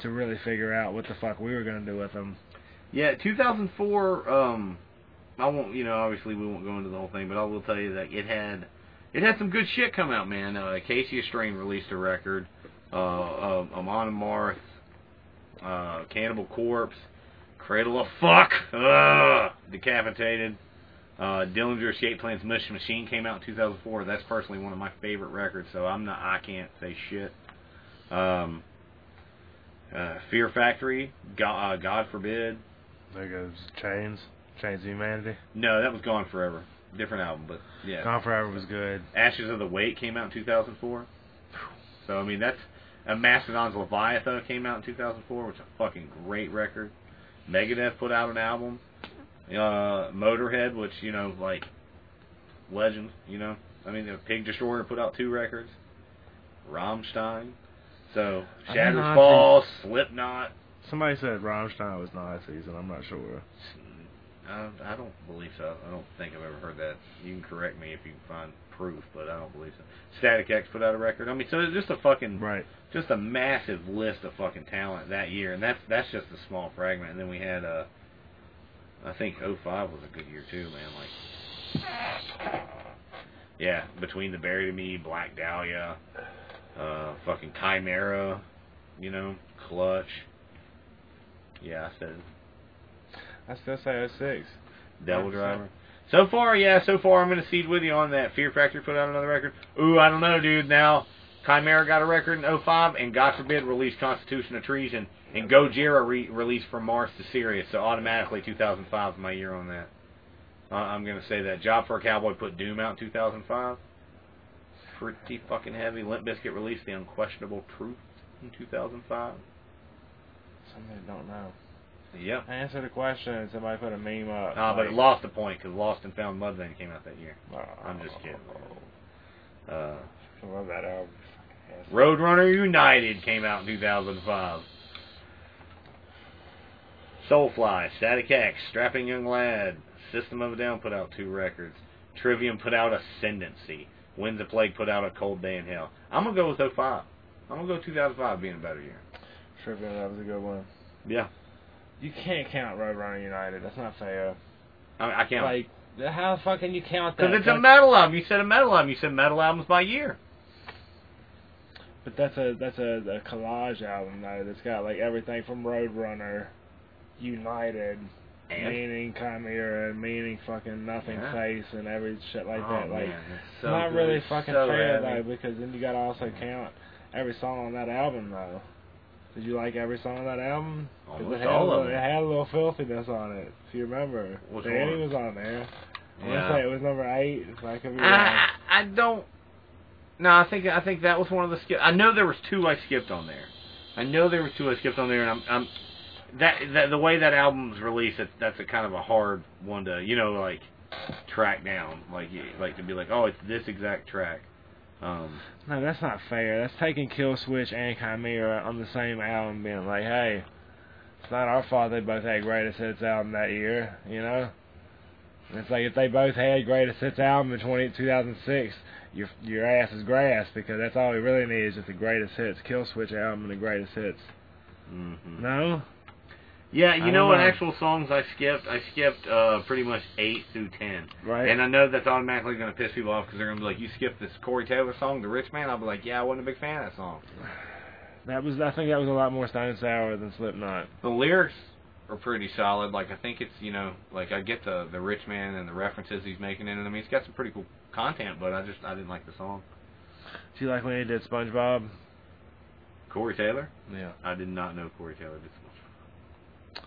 S2: to really figure out what the fuck we were gonna do with them.
S3: Yeah, 2004. Um, I won't. You know, obviously we won't go into the whole thing, but I will tell you that it had it had some good shit come out, man. Uh, Casey Strain released a record. Uh, uh Amon Amarth, uh, Cannibal Corpse, Cradle of Fuck, uh, Decapitated. Uh, Dillinger Escape Plan's Mush Machine came out in 2004. That's personally one of my favorite records, so I'm not. I can't say shit. Um, uh, Fear Factory, God, uh, God forbid,
S2: There goes uh, Chains, Chains of Humanity.
S3: No, that was Gone Forever. Different album, but yeah.
S2: Gone Forever was good.
S3: Ashes of the Wake came out in 2004. So, I mean, that's. Uh, Mastodon's Leviathan came out in 2004, which is a fucking great record. Megadeth put out an album. Uh, Motorhead, which, you know, like, legend, you know. I mean, the Pig Destroyer put out two records. Rammstein. So,
S2: I don't know, I
S3: Shattered
S2: think-
S3: Fall, Slipknot.
S2: Somebody said Rammstein was Nazis, and I'm not sure.
S3: I, Mm, I don't believe so. I don't think I've ever heard that. You can correct me if you can find proof, but I don't believe so. Static X put out a record. I mean, so it's just a fucking,
S2: Right.
S3: just a massive list of fucking talent that year, and that's that's just a small fragment. And then we had, uh, I think 05 was a good year too, man. Like, yeah, between the Bury to Me, Black Dahlia, uh, fucking Chimera, you know, Clutch. Yeah, I said
S2: I still say 06.
S3: Devil
S2: 100%.
S3: Driver. So far, yeah, so far I'm gonna cede with you on that. Fear Factory put out another record. Ooh, I don't know, dude. Now Chimera got a record in 05, and God forbid released Constitution of Treason, and Gojira re- released From Mars to Sirius, so automatically 2005 is my year on that. Uh, I'm going to say that. Job for a Cowboy put Doom out in 2005. Pretty fucking heavy. Limp Bizkit released The Unquestionable Truth in 2005.
S2: Somebody don't know.
S3: Yeah.
S2: Answer the question and somebody put a meme up.
S3: Uh, but it
S2: like-
S3: lost a point because Lost and Found Mudvayne came out that year.
S2: Oh,
S3: I'm just kidding. Uh,
S2: I love that album. Fucking ass.
S3: Roadrunner United came out in 2005. Soulfly, Static X, Strapping Young Lad, System of a Down put out two records. Trivium put out Ascendancy. Winds of Plague put out A Cold Day in Hell. I'm going to go with 05. I'm going to go 2005 being a better year.
S2: Tripping, that was a good one.
S3: Yeah.
S2: You can't count Roadrunner United. That's not fair.
S3: I, mean, I can't.
S2: Like, how the fuck can you count that?
S3: Because it's a
S2: That's-
S3: metal album. You said a metal album. You said metal albums by year.
S2: But that's a that's a, a collage album though. That's got like everything from Roadrunner, United,
S3: And?
S2: meaning Chimera, meaning fucking Nothing
S3: Yeah.
S2: Face, and every shit like
S3: oh,
S2: that. Like,
S3: man, it's
S2: it's
S3: so
S2: not
S3: good.
S2: really
S3: It's
S2: fucking
S3: so
S2: fair
S3: heavy.
S2: though, because then you gotta also count every song on that album though. Did you like every song on that album? 'Cause
S3: Almost
S2: it had
S3: all
S2: a
S3: of
S2: little,
S3: it.
S2: had a little filthiness on it, if you remember.
S3: Which
S2: Danny
S3: one?
S2: was on there. I want
S3: Yeah.
S2: to say it was number eight. If I could be
S3: I,
S2: wrong.
S3: I I don't. No, I think I think that was one of the skip. I know there was two I skipped on there. I know there were two I skipped on there, and I'm, I'm that, that the way that album's released, that, that's a kind of a hard one to you know like track down, like you- like to be like, oh, it's this exact track. Um,
S2: No, that's not fair. That's taking Kill Switch and Chimera on the same album, being like, hey, it's not our fault they both had greatest hits album that year, you know. And it's like if they both had greatest hits album in 20, 2006, your your ass is grass because that's all we really need is just the greatest hits Kill Switch album and the greatest hits.
S3: mhm.
S2: No,
S3: Yeah,
S2: I
S3: you know
S2: don't
S3: what?
S2: know.
S3: Actual songs I skipped, I skipped uh, pretty much eight through ten.
S2: right?
S3: And I know that's automatically going to piss people off because they're going to be like, you skipped this Corey Taylor song, The Rich Man. I'll be like, yeah, I wasn't a big fan of that song.
S2: that was I think that was a lot more Stone Sour than Slipknot.
S3: The lyrics are pretty solid. Like, I think it's, you know, like, I get the, the Rich Man and the references he's making in it. I mean, it's got some pretty cool content, but I just, I didn't like the song.
S2: Do you like when he did SpongeBob?
S3: Corey Taylor?
S2: Yeah.
S3: I did not know Corey Taylor did SpongeBob.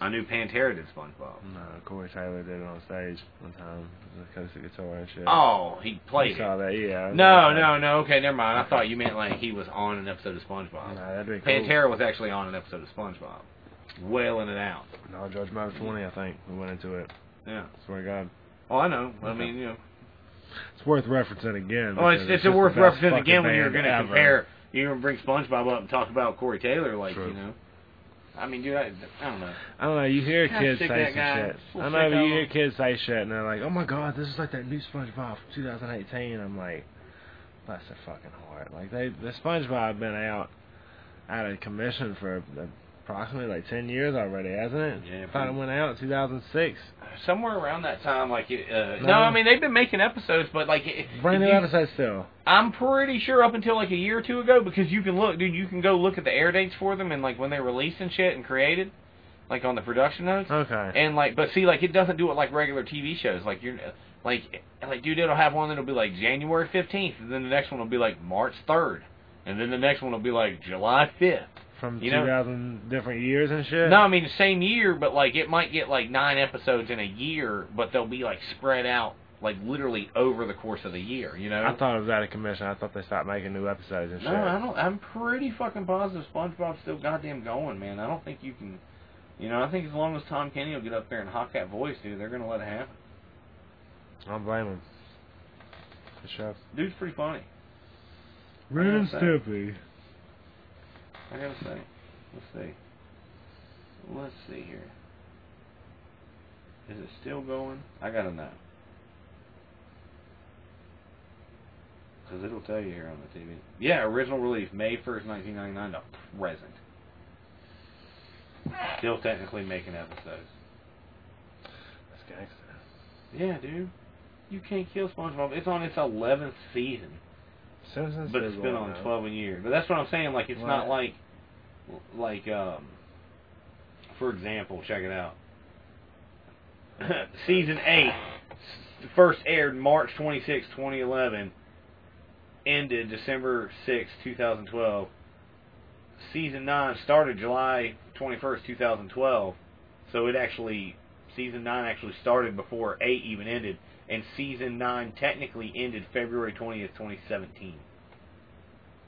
S3: I knew Pantera did SpongeBob.
S2: No, Corey Taylor did it on stage one time with an acoustic guitar and shit.
S3: Oh, he played
S2: I
S3: it.
S2: saw that, yeah.
S3: No, no, no. Okay, never mind. I thought you meant, like, he was on an episode of SpongeBob.
S2: No, that'd be cool.
S3: Pantera was actually on an episode of SpongeBob, wailing it out.
S2: No, Judge Mode 20, I think. We went into it.
S3: Yeah.
S2: Swear to God.
S3: Oh, I know. I
S2: Okay.
S3: mean, you know.
S2: It's worth referencing again.
S3: Oh, it's
S2: because
S3: it's,
S2: just the
S3: worth
S2: best
S3: referencing
S2: fucking
S3: again when you're
S2: band
S3: going to
S2: ever.
S3: compare. You're going to bring SpongeBob up and talk about Corey Taylor, like
S2: True.
S3: you know. I mean, dude, I, I don't know.
S2: I don't know, you hear
S3: Kinda
S2: kids say
S3: sick
S2: some
S3: that guy.
S2: shit.
S3: We'll
S2: I know,
S3: sick
S2: but you
S3: of
S2: hear
S3: him.
S2: kids say shit, and they're like, oh my god, this is like that new SpongeBob from 2018. I'm like, bless their fucking heart. Like, they, the SpongeBob been out, out of commission for approximately like 10 years already, hasn't it?
S3: Yeah,
S2: Thought it went out in 2006.
S3: Somewhere around that time, like it, uh, no.
S2: No.
S3: I mean they've been making episodes, but like it,
S2: Brand
S3: if
S2: new
S3: you-
S2: episode still.
S3: I'm pretty sure up until like a year or two ago, because you can look, dude, you can go look at the air dates for them and like when they released and shit and created, like on the production
S2: Oh,
S3: notes.
S2: Okay.
S3: And like, but see, like it doesn't do it like regular TV shows. Like you're, like, like dude, it'll have one that'll be like January fifteenth, and then the next one will be like March third, and then the next one will be like July fifth.
S2: From
S3: you know-
S2: 2000 different years and shit?
S3: No, I mean the same year, but like it might get like nine episodes in a year, but they'll be like spread out like literally over the course of the year. You know.
S2: I thought it was out of commission. I thought they stopped making new episodes and shit.
S3: no, I don't. I'm pretty fucking positive SpongeBob's still goddamn going, man. I don't think you can. You know, I think as long as Tom Kenny will get up there and hawk that voice, dude, they're gonna let it happen.
S2: I don't blame them. Good show.
S3: Dude's pretty funny.
S2: Ren and
S3: Yeah,
S2: Stimpy.
S3: I gotta say. Let's see. Let's see here. Is it still going? I gotta know. Because it'll tell you here on the TV. Yeah, original release, May 1st, 1999 to present. Still technically making episodes.
S2: That's gangster.
S3: Yeah, dude. You can't kill SpongeBob. It's on its 11th season.
S2: Simpsons.
S3: But
S2: still
S3: it's been
S2: going
S3: on
S2: though.
S3: twelve a year. But that's what I'm saying. Like it's not
S2: Right.
S3: like, like um, for example, check it out. [laughs] Season eight s- first aired March 26, 2011. ended December 6, 2012. Season 9 started July 21st, 2012. So it actually, season 9 actually started before 8 even ended. And season 9 technically ended February 20th, 2017.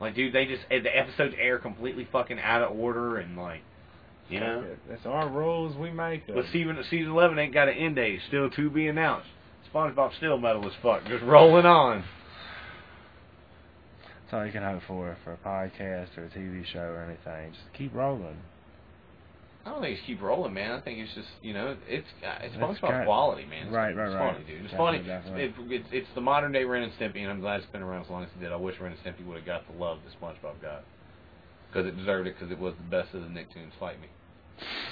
S3: Like, dude, they just, eh, the episodes air completely fucking out of order and, like, you know?
S2: That's our rules. We make them.
S3: But season season eleven ain't got an end date. Still to be announced. SpongeBob still metal as fuck. Just rolling on.
S2: That's all you can hope for for a podcast or a TV show or anything. Just keep rolling.
S3: I don't think it's keep rolling, man. I think it's just you know it's uh, it's
S2: That's
S3: SpongeBob
S2: got-
S3: quality, man. It's,
S2: right, right,
S3: it's
S2: right.
S3: funny, dude. It's
S2: Definitely,
S3: funny.
S2: definitely.
S3: It- it's, it's the modern day Ren and Stimpy, and I'm glad it's been around as long as it did. I wish Ren and Stimpy would have got the love that SpongeBob got because it deserved it because it was the best of the Nicktoons. Fight me.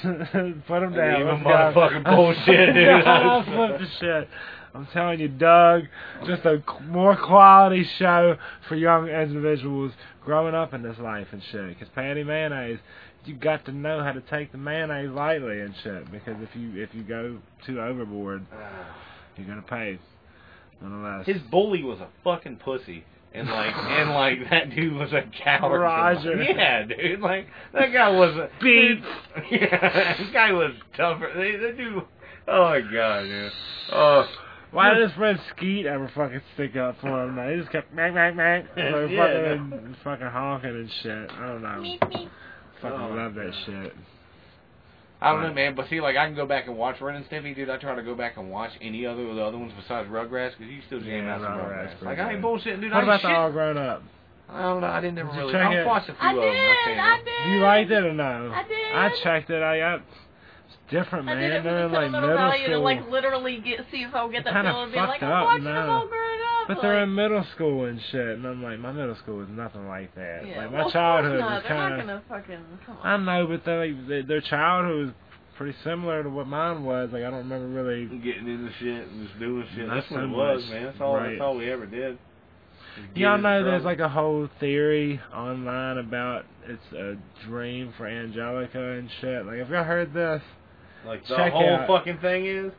S2: Put them down.
S3: Leave him
S2: Let's go.
S3: motherfucking bullshit, dude.
S2: [laughs] I'll flip the shit. I'm telling you, Doug, just a qu- more quality show for young individuals growing up in this life and shit. Because patty mayonnaise, you got to know how to take the mayonnaise lightly and shit. Because if you if you go too overboard, you're gonna pay. Nonetheless,
S3: His bully was a fucking pussy. And
S2: [laughs]
S3: like, and like that dude was a coward.
S2: Roger.
S3: Yeah, dude. Like that guy was a
S2: Beep.
S3: [laughs] Yeah, this guy was tougher. They- That dude. Oh my god, dude. Oh,
S2: why did his friend Skeet ever fucking stick up for him? Like, he just kept mack mack mack,
S3: [laughs]
S2: like,
S3: Yeah,
S2: fucking, fucking honking and shit. I don't know.
S6: Meep, meep.
S2: Fucking
S3: Oh,
S2: love that
S3: God.
S2: shit.
S3: I don't know, man. But see, like, I can go back and watch Ren and Stimpy, dude. I try to go back and watch any other of the other ones besides Rugrats because you still jam
S2: Yeah,
S3: out some
S2: Rugrats,
S3: Rugrats. Like, I ain't
S2: Rugrats.
S3: bullshitting, dude.
S2: what
S3: I ain't
S2: about the
S3: shit.
S2: all grown up?
S3: I don't know. I didn't ever
S2: Did you
S3: really.
S2: check
S3: I
S2: it?
S3: watched a few
S6: I
S3: of
S6: did,
S3: them. I can't.
S6: I did.
S2: You liked it or no?
S6: I did.
S2: I checked it. I got it's different,
S6: I
S2: man.
S6: did it
S2: They're
S6: with
S2: in
S6: the
S2: like
S6: little
S2: middle
S6: value to
S2: school,
S6: like literally get see if I'll get that
S2: Kinda
S6: feel and be like,
S2: fucked
S6: I'm
S2: up,
S6: watching
S2: no.
S6: them all grown up.
S2: but they're
S6: like-
S2: in middle school and shit. And I'm like, my middle school is nothing like that.
S6: yeah.
S2: like
S6: well,
S2: my
S6: of course
S2: childhood
S6: not.
S2: was
S6: They're not
S2: kind of.
S6: gonna fucking come
S2: I
S6: on.
S2: know, but they, they, their childhood was pretty similar to what mine was. Like I don't remember really.
S3: Getting into shit and just doing shit.
S2: Not
S3: That's what
S2: so
S3: it was,
S2: much,
S3: man. That's all.
S2: right.
S3: That's all we ever did. Just
S2: Y'all
S3: get in
S2: know there's
S3: trouble.
S2: like a whole theory online about it's a dream for Angelica and shit. Like, have y'all heard this?
S3: like the
S2: check
S3: whole
S2: out-
S3: fucking thing is.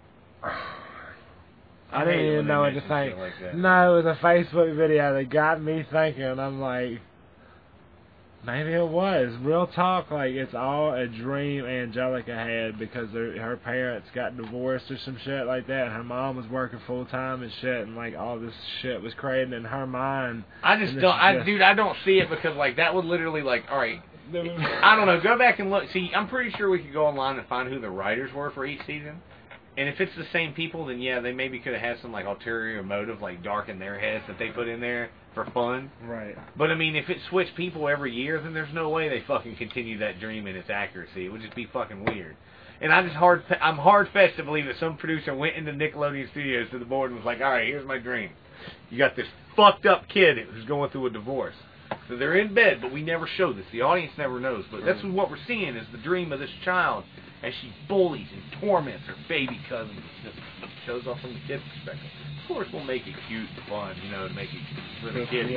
S2: I didn't
S3: hate when
S2: even
S3: they
S2: know what to
S3: mention shit
S2: think.
S3: Like that.
S2: uh, No, it was a Facebook video that got me thinking. I'm like, maybe it was real talk. Like it's all a dream Angelica had because her, her parents got divorced or some shit like that. And her mom was working full time and shit, and like all this shit was creating in her mind.
S3: I
S2: And
S3: just
S2: this
S3: don't,
S2: is
S3: I,
S2: just-
S3: dude. I don't see it because like that would literally like, all right,
S2: [laughs]
S3: I don't know. Go back and look. See, I'm pretty sure we could go online and find who the writers were for each season. And if it's the same people, then yeah, they maybe could have had some like ulterior motive, like dark in their heads that they put in there for fun.
S2: Right.
S3: But I mean, if it switched people every year, then there's no way they fucking continue that dream and its accuracy. It would just be fucking weird. And I just hard, I'm hard fetched to believe that some producer went into Nickelodeon Studios to the board and was like, "All right, here's my dream. You got this fucked up kid who's going through a divorce. So they're in bed, but we never show this. The audience never knows. But that's what we're seeing is the dream of this child as she bullies and torments her baby cousin. It just shows off from the kid's perspective. Of course, we'll make it cute and fun, you know, to make it for the kid.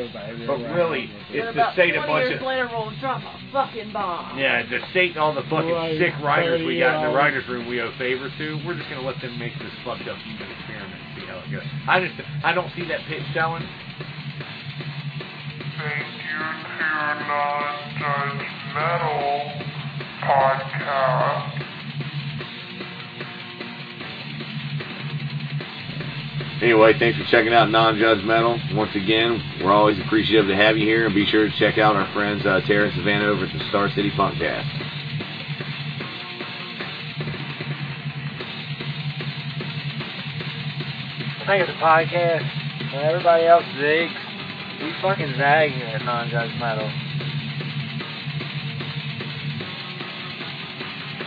S3: But really,
S6: But
S3: it's to
S6: about
S3: state a
S6: 20
S3: bunch
S6: years
S3: of-
S6: later, we'll drop a fucking bomb.
S3: Yeah, the state and all the fucking
S2: Like,
S3: sick writers we got in the
S2: thirty
S3: writers room we owe favors to. We're just gonna let them make this fucked up human experiment and see how it goes. I just I don't see that pitch selling.
S1: Thank you to Non-Judge Metal Podcast.
S7: Anyway, thanks for checking out Non-Judgmental. Once again, we're always appreciative to have you here, and be sure to check out our friends uh, Terrence and Savannah over at the Star City Funkcast.
S2: I think it's a podcast. When everybody else zigs, we fucking zag here at non-judgmental.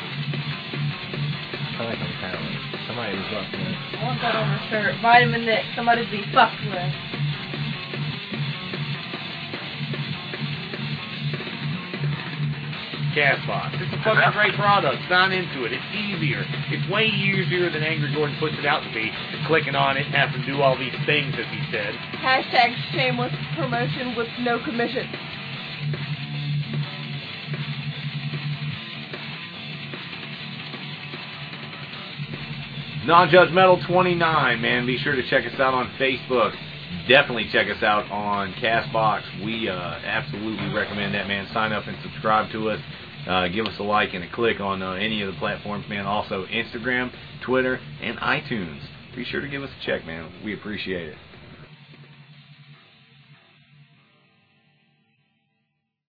S2: I feel like I'm counting. Somebody was up there.
S5: I want that on her shirt. Vitamin Nick. Somebody be fucked with.
S3: Castbox. It's a fucking great product. Sign into it. It's easier. It's way easier than Angry Gordon puts it out to be. Clicking on it, having to do all these things as he said.
S5: Hashtag shameless promotion with no commission.
S3: Non-judgmental 29, man. Be sure to check us out on Facebook. definitely check us out on Castbox. We uh, absolutely recommend that, man. Sign up and subscribe to us. Uh, give us a like and a click on uh, any of the platforms, man. Also, Instagram, Twitter, and iTunes. Be sure to give us a check, man. We appreciate it.